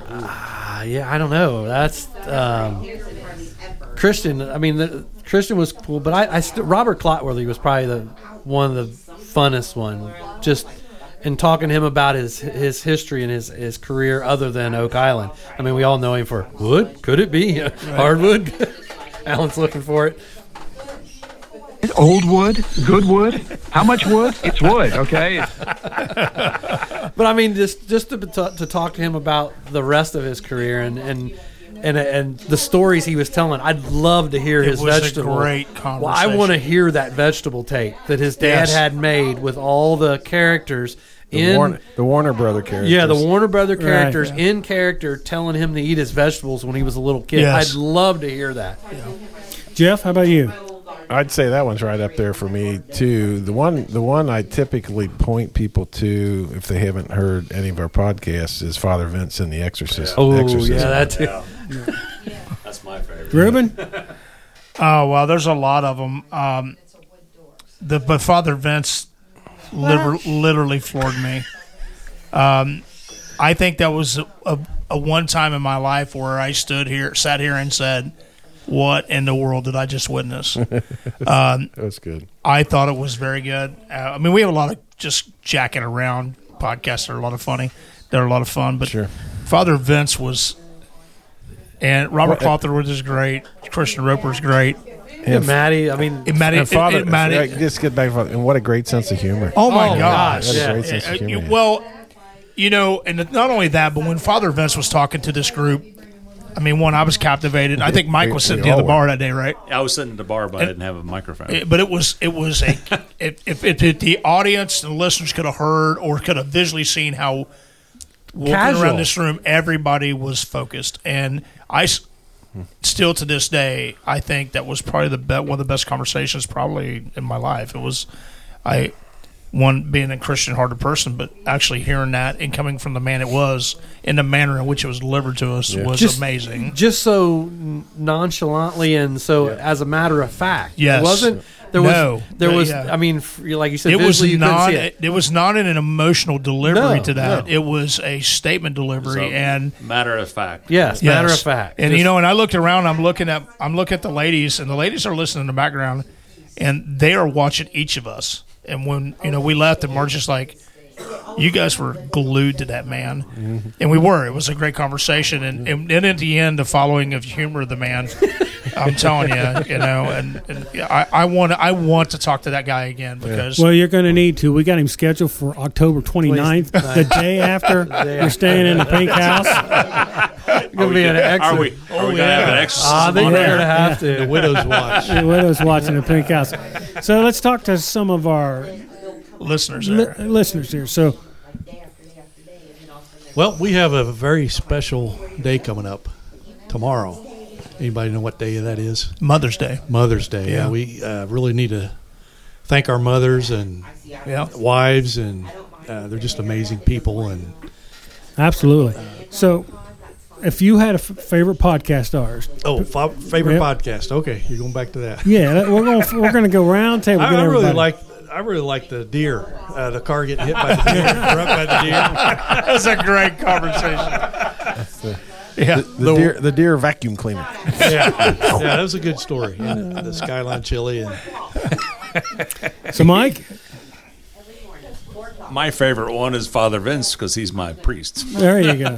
Uh, yeah, I don't know. That's um, Christian. I mean, the, Christian was cool, but I, I st- Robert Clotworthy was probably the one of the funnest one. Just and talking to him about his his history and his, his career other than Oak Island. I mean, we all know him for wood. Could it be hardwood? Alan's looking for it. Old wood, good wood. How much wood? It's wood. Okay. But I mean, just just to, to, to talk to him about the rest of his career and and and and the stories he was telling, I'd love to hear It his was a vegetable. great Well, I conversation. want to hear that vegetable tape that his dad Yes. had made with all the characters the, in. Warner, the Warner Brother characters. yeah, the Warner Brother characters yeah. in character telling him to eat his vegetables when he was a little kid. Yes. I'd love to hear that. Jeff, how about you? I'd say that one's right up there for me too. The one, the one I typically point people to if they haven't heard any of our podcasts is Father Vince and the Exorcist. Oh, Exorcism. yeah, that too. That's my favorite. Ruben? Oh well, there's a lot of them. Um, the but Father Vince liber- literally floored me. Um, I think that was a, a, a one time in my life where I stood here, sat here, and said, "What in the world did I just witness?" that's good. I thought it was very good. Uh, I mean, we have a lot of just jacking around podcasts that are a lot of funny. They're a lot of fun, but Sure. Father Vince was, and Robert Cawthorn was great. Christian Roper was great. And Maddie, I mean, And Matty, And Father, and Matty- like, just get back. And what a great sense of humor. Oh my Oh, gosh! gosh, yeah. Great sense of Uh, humor, you- yeah. Well, you know, and not only that, but when Father Vince was talking to this group, I mean, one, I was captivated. I think Mike We- was we sitting at the all bar were. that day, right? I was sitting at the bar, but I didn't have a microphone. It- but it was it was a if, if, if, if the audience and listeners could have heard or could have visually seen how walking Casual. around this room, everybody was focused, and I. s- Still to this day, I think that was probably the be- one of the best conversations probably in my life. It was, I one being a Christian hearted person, but actually hearing that and coming from the man it was in the manner in which it was delivered to us was Just- amazing. just so n- nonchalantly and so as a matter of fact. Yes. It wasn't there was No. there Yeah, was yeah. I mean f- like you said it was visually you couldn't not see it. it. was not an emotional delivery No, to that no. it was a statement delivery So, and matter of fact, Yes, matter yes. of fact. and Just- you know and i looked around i'm looking at i'm looking at the ladies and the ladies are listening in the background and they are watching each of us and when you know we left and marge just like you guys were glued to that man Mm-hmm. and we were it was a great conversation and, and then at the end the following of humor of the man I'm telling you, you know, and, and I, I want I want to talk to that guy again because Well, you're going to need to. We got him scheduled for October 29th, the day after you're staying in the pink house. Gonna be an Are we? Are we gonna have an exorcism? Ah, they on better there? have to. The widow's watch. The widow's watch in the pink house. So let's talk to some of our listeners li- listeners here. So Well, we have a very special day coming up tomorrow. Anybody know what day that is? Mother's Day. Mother's Day. Yeah. Yeah, we uh, really need to thank our mothers and Yeah. wives, and uh, they're just amazing people. And absolutely. So if you had a f- favorite podcast of ours, oh, fa- favorite Yep. podcast. Okay, you're going back to that. yeah, that- we're going we're going to go round table. I, get I really everybody. like. I really like the deer. Uh, the car getting hit by the deer. run by the deer. That's a great conversation. Yeah. The, the deer, the deer vacuum cleaner. yeah, yeah, that was a good story. Yeah, the, the skyline chili and So Mike, My favorite one is Father Vince because he's my priest. there you go.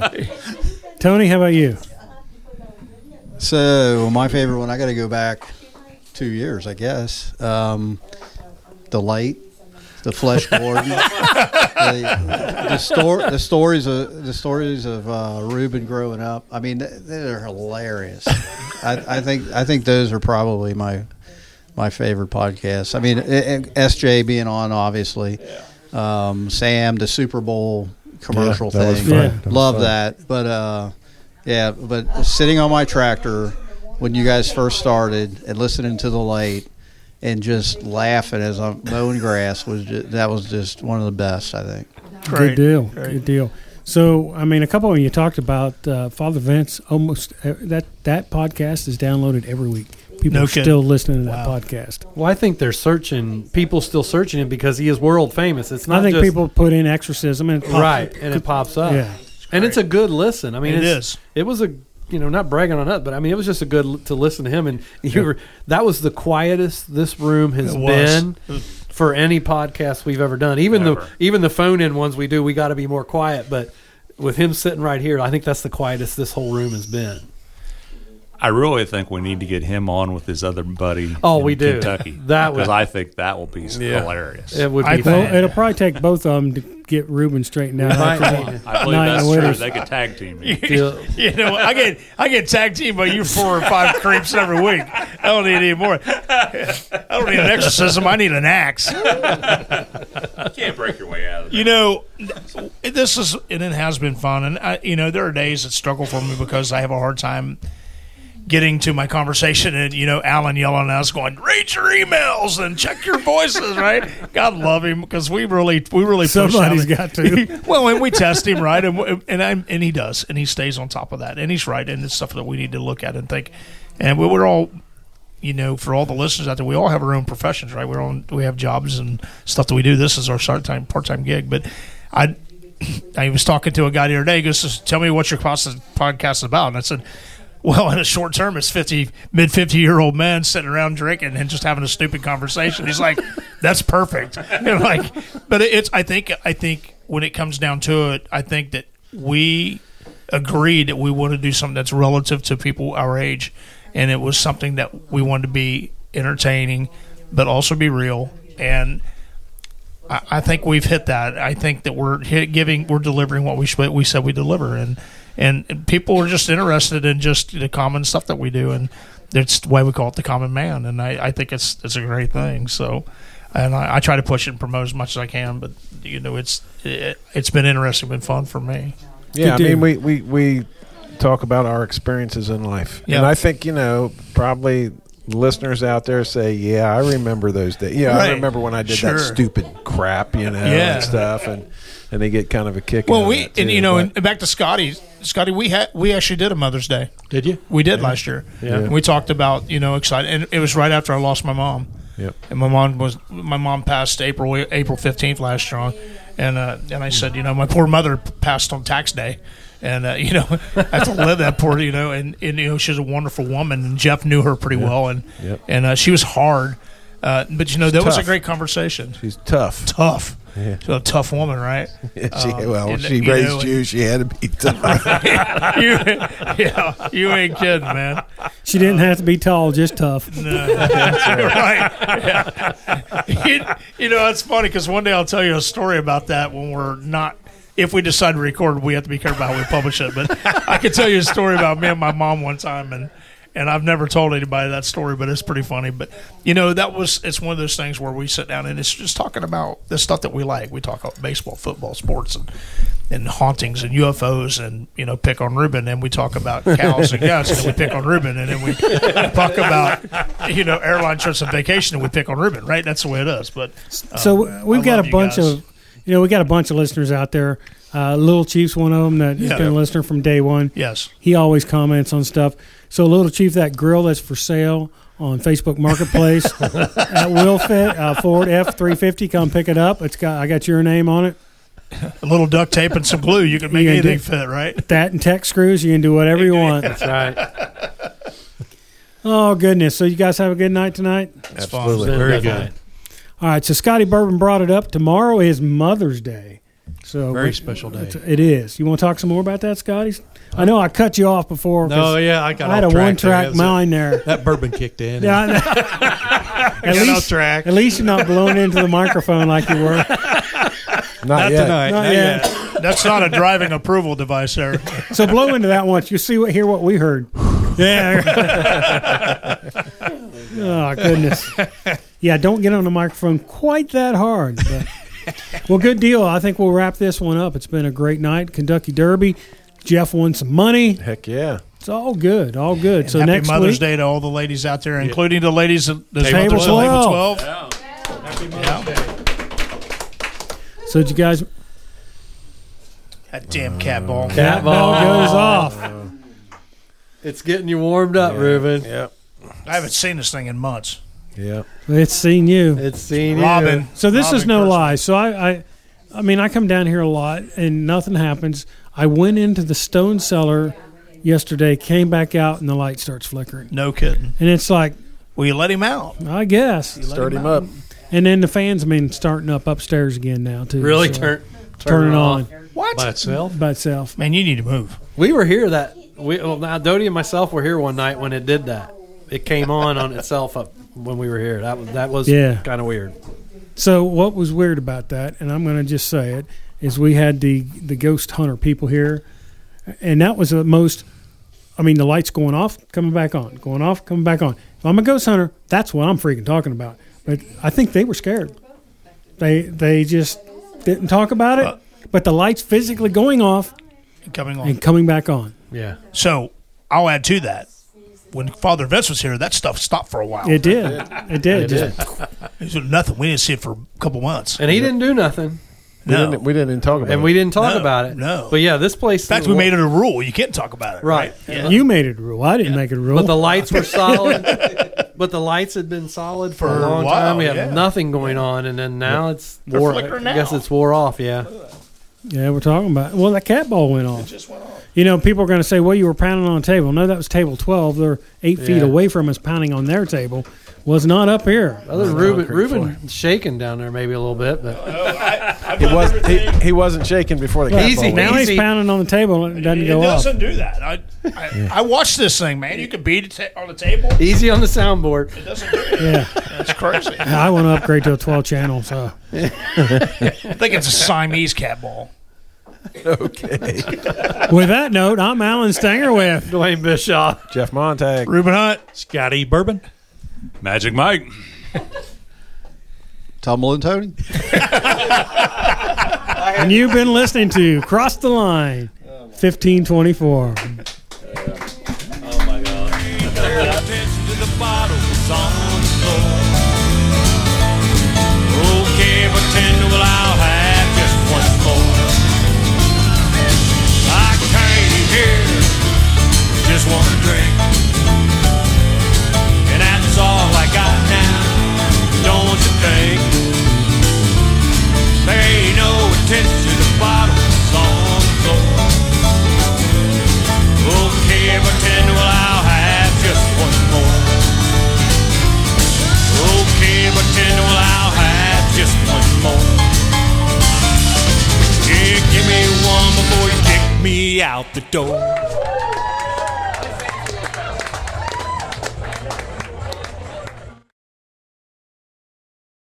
Tony, how about you? So my favorite one, I got to go back two years, I guess. Um, the light, the flesh Gordon, the, the story, the stories of the stories of uh, Reuben growing up. I mean, th- they're hilarious. I, I think I think those are probably my my favorite podcasts. I mean, eh, it, it- SJ being on, obviously. Um, Sam, the Super Bowl commercial Yeah, that was thing. fun. Yeah. That was Love fun. that that. But uh, yeah, but sitting on my tractor when you guys first started and listening to the light and just laughing as I'm mowing grass was just, that was just one of the best. I think. Good deal. Good deal. So, I mean, a couple of you talked about uh, Father Vince. Almost uh, that that podcast is downloaded every week. People No are kidding. still listening to that podcast. Well, I think they're searching. People still searching him because he is world famous. It's not I think just, people put in exorcism and it pops right, up. and it pops up. Yeah. and it's a good listen. I mean, It it's, is. It was a you know not bragging on us, but I mean it was just a good l- to listen to him. And you were that was the quietest this room has It was. been for any podcast we've ever done. Even Ever. the even the phone in ones we do, we got to be more quiet. But with him sitting right here, I think that's the quietest this whole room has been. I really think we need to get him on with his other buddy. Oh, in we do. Kentucky. That would- because I think that will be hilarious. It would be I fun. Well, it'll probably take both of them to get Ruben straightened out. Might after need the it. I believe night in the that's true. winters. They could tag team. me. Deal- you know, I get I get tag teamed by you four or five creeps every week. I don't need any more. I don't need an exorcism. I need an axe. can't break your way out of it. You know, this is and it has been fun. And I, you know, there are days that struggle for me because I have a hard time getting to my conversation. And you know, Alan yelling at us, going, "Read your emails and check your voices." Right? God love him because we really, we really. push Somebody's Alan. got to. well, and we test him right, and and I and he does, and he stays on top of that, and he's right, and it's stuff that we need to look at and think, and we, we're all. You know, for all the listeners out there, we all have our own professions, right? We're on, we have jobs and stuff that we do. This is our part-time, part-time gig. But I, I was talking to a guy the other day. He goes, "Tell me what your pos- podcast is about." And I said, "Well, in the short term, it's fifty mid fifty year old men sitting around drinking and just having a stupid conversation." He's like, "That's perfect." And like, but it's I think I think when it comes down to it, I think that we agreed that we want to do something that's relative to people our age, and it was something that we wanted to be entertaining, but also be real and. I I think we've hit that. I think that we're hit giving, we're delivering what we should, we said we deliver, and and people are just interested in just the common stuff that we do, and that's why we call it the common man. And I, I think it's it's a great thing. So, and I, I try to push it and promote as much as I can, but you know, it's it, it's been interesting, been fun for me. Yeah, I Good mean, we, we, we talk about our experiences in life. Yeah. And I think, you know, probably listeners out there say, yeah, I remember those days. Yeah, Right. I remember when I did Sure. that stupid crap, you know, Yeah. and stuff. And, and they get kind of a kick. out Well, of we that, and too, you know, but- and back to Scotty, Scotty, we had we actually did a Mother's Day. did you? We did last year. Yeah. And we talked about you know excited, and it was right after I lost my mom. Yep. And my mom was my mom passed April April fifteenth last year, on. and uh, and I said, you know, my poor mother passed on tax day, and uh, you know, I have to live that poor, you know, and, and you know she's a wonderful woman, and Jeff knew her pretty well, and Yep. and uh, she was hard. Uh, but you know, She's that was a tough. great conversation. She's tough. Tough. Yeah. She's a tough woman, right? Yeah, she, Um, well, and, she you raised know, and- you. She had to be tough. you, yeah, you ain't kidding, man. She didn't uh, have to be tall, just tough. you, you know, it's funny because one day I'll tell you a story about that when we're not. If we decide to record, we have to be careful how we publish it. But I can tell you a story about me and my mom one time, and and I've never told anybody that story, but it's pretty funny. But you know, that was it's one of those things where we sit down and it's just talking about the stuff that we like. We talk about baseball, football, sports, and and hauntings and UFOs, and you know, pick on Ruben, and we talk about cows and guts, and then we pick on Ruben, and then we talk about you know airline trips and vacation, and we pick on Ruben, right? That's the way it is. But um, so we've I got love a you bunch guys. of you know we got a bunch of listeners out there uh, little chief's one of them that's Yeah. been a listener from day one Yes. he always comments on stuff so little chief that grill that's for sale on facebook marketplace at will fit uh, ford f350 come pick it up it's got i got your name on it a little duct tape and some glue you can make can anything do- fit, right? that and tech screws you can do whatever you want That's right. oh goodness so you guys have a good night tonight Absolutely. Very good. All right, so Scotty Bourbon brought it up. Tomorrow is Mother's Day, so Very special day. it's- It is. You want to talk some more about that, Scotty? I know I cut you off before. 'cause No, yeah, I got. I had a off track there. one track That's it. mind there. That bourbon kicked in. Yeah, I know. at got least off track. At least you're not blown into the microphone like you were. Not yet. tonight, Not not yet. That's not a driving approval device, there. So blow into that once. You see what hear what we heard. Yeah. oh goodness. Yeah, don't get on the microphone quite that hard. But. Well, good deal. I think we'll wrap this one up. It's been a great night, Kentucky Derby. Jeff won some money. Heck yeah. It's all good. All good. so Happy next Mother's week, Day to all the ladies out there, including the ladies at the Table table 12. 12. So did you guys? That damn cat ball. Cat ball goes off. It's getting you warmed up, Yeah, Reuben. Yep. I haven't seen this thing in months. Yeah. It's seen you. It's seen Robin. you. So this is no lie. So I, I, I mean, I come down here a lot and nothing happens. I went into the stone cellar yesterday, came back out, and the light starts flickering. No kidding. And it's like, Will you let him out? I guess. let Start him him up. up. And then the fans been starting up upstairs again now too. Really so- turn turn it on. What? By itself? by itself. Man, you need to move. We were here that we well, now Dodie and myself were here one night when it did that. It came on on itself up when we were here. That was that was Yeah. kind of weird. So what was weird about that, and I'm going to just say it, is we had the the ghost hunter people here, and that was the most. I mean, the lights going off, coming back on, going off, coming back on. If I'm a ghost hunter, that's what I'm freaking talking about. But I think they were scared. They they just didn't talk about it. But the lights physically going off Coming on. and coming back on. Yeah. So I'll add to that. When Father Vince was here, that stuff stopped for a while. It did. It did. Just- It was nothing. We didn't see it for a couple months. And he didn't do nothing. We, No. didn't, we didn't talk about it. And we didn't talk No, about it. no. But yeah, this place In fact, we made it a rule. You can't talk about it. Right. Yeah. You made it a rule. I didn't make it a rule. But the lights were solid. but the lights had been solid for, For a a long while, time. We had yeah. nothing going on, and then now it's They're wore. I flickering guess now. it's wore off. Yeah. yeah, we're talking about. Well, that cat ball went off. Just went off. You know, people are going to say, "Well, you were pounding on a table." No, that was table twelve. They're eight feet Yeah. away from us, pounding on their table. Was not up here. Other Ruben, Ruben shaking down there maybe a little bit, but He wasn't. He, he wasn't shaking before the cat Easy. ball. Now Easy. he's pounding on the table and it doesn't It go up. doesn't do that. I, I, I watched this thing, man. You could beat it ta- on the table. It easy on the soundboard. doesn't do it. Yeah, That's crazy. I want to upgrade to a twelve channel. So I think it's a Siamese cat ball. with that note, I'm Alan Stanger with. Dwayne Bischoff. Jeff Montag. Ruben Hunt. Scotty Bourbon. Magic Mike. Tumble and Tony. And you've been listening to Cross the Line 1524. attention to the bottles on the floor. Okay, bartender, well, I'll have just one more. I came here with just one drink. And that's all I got now, don't you think? Pay no attention to the bottles on the floor. out the door.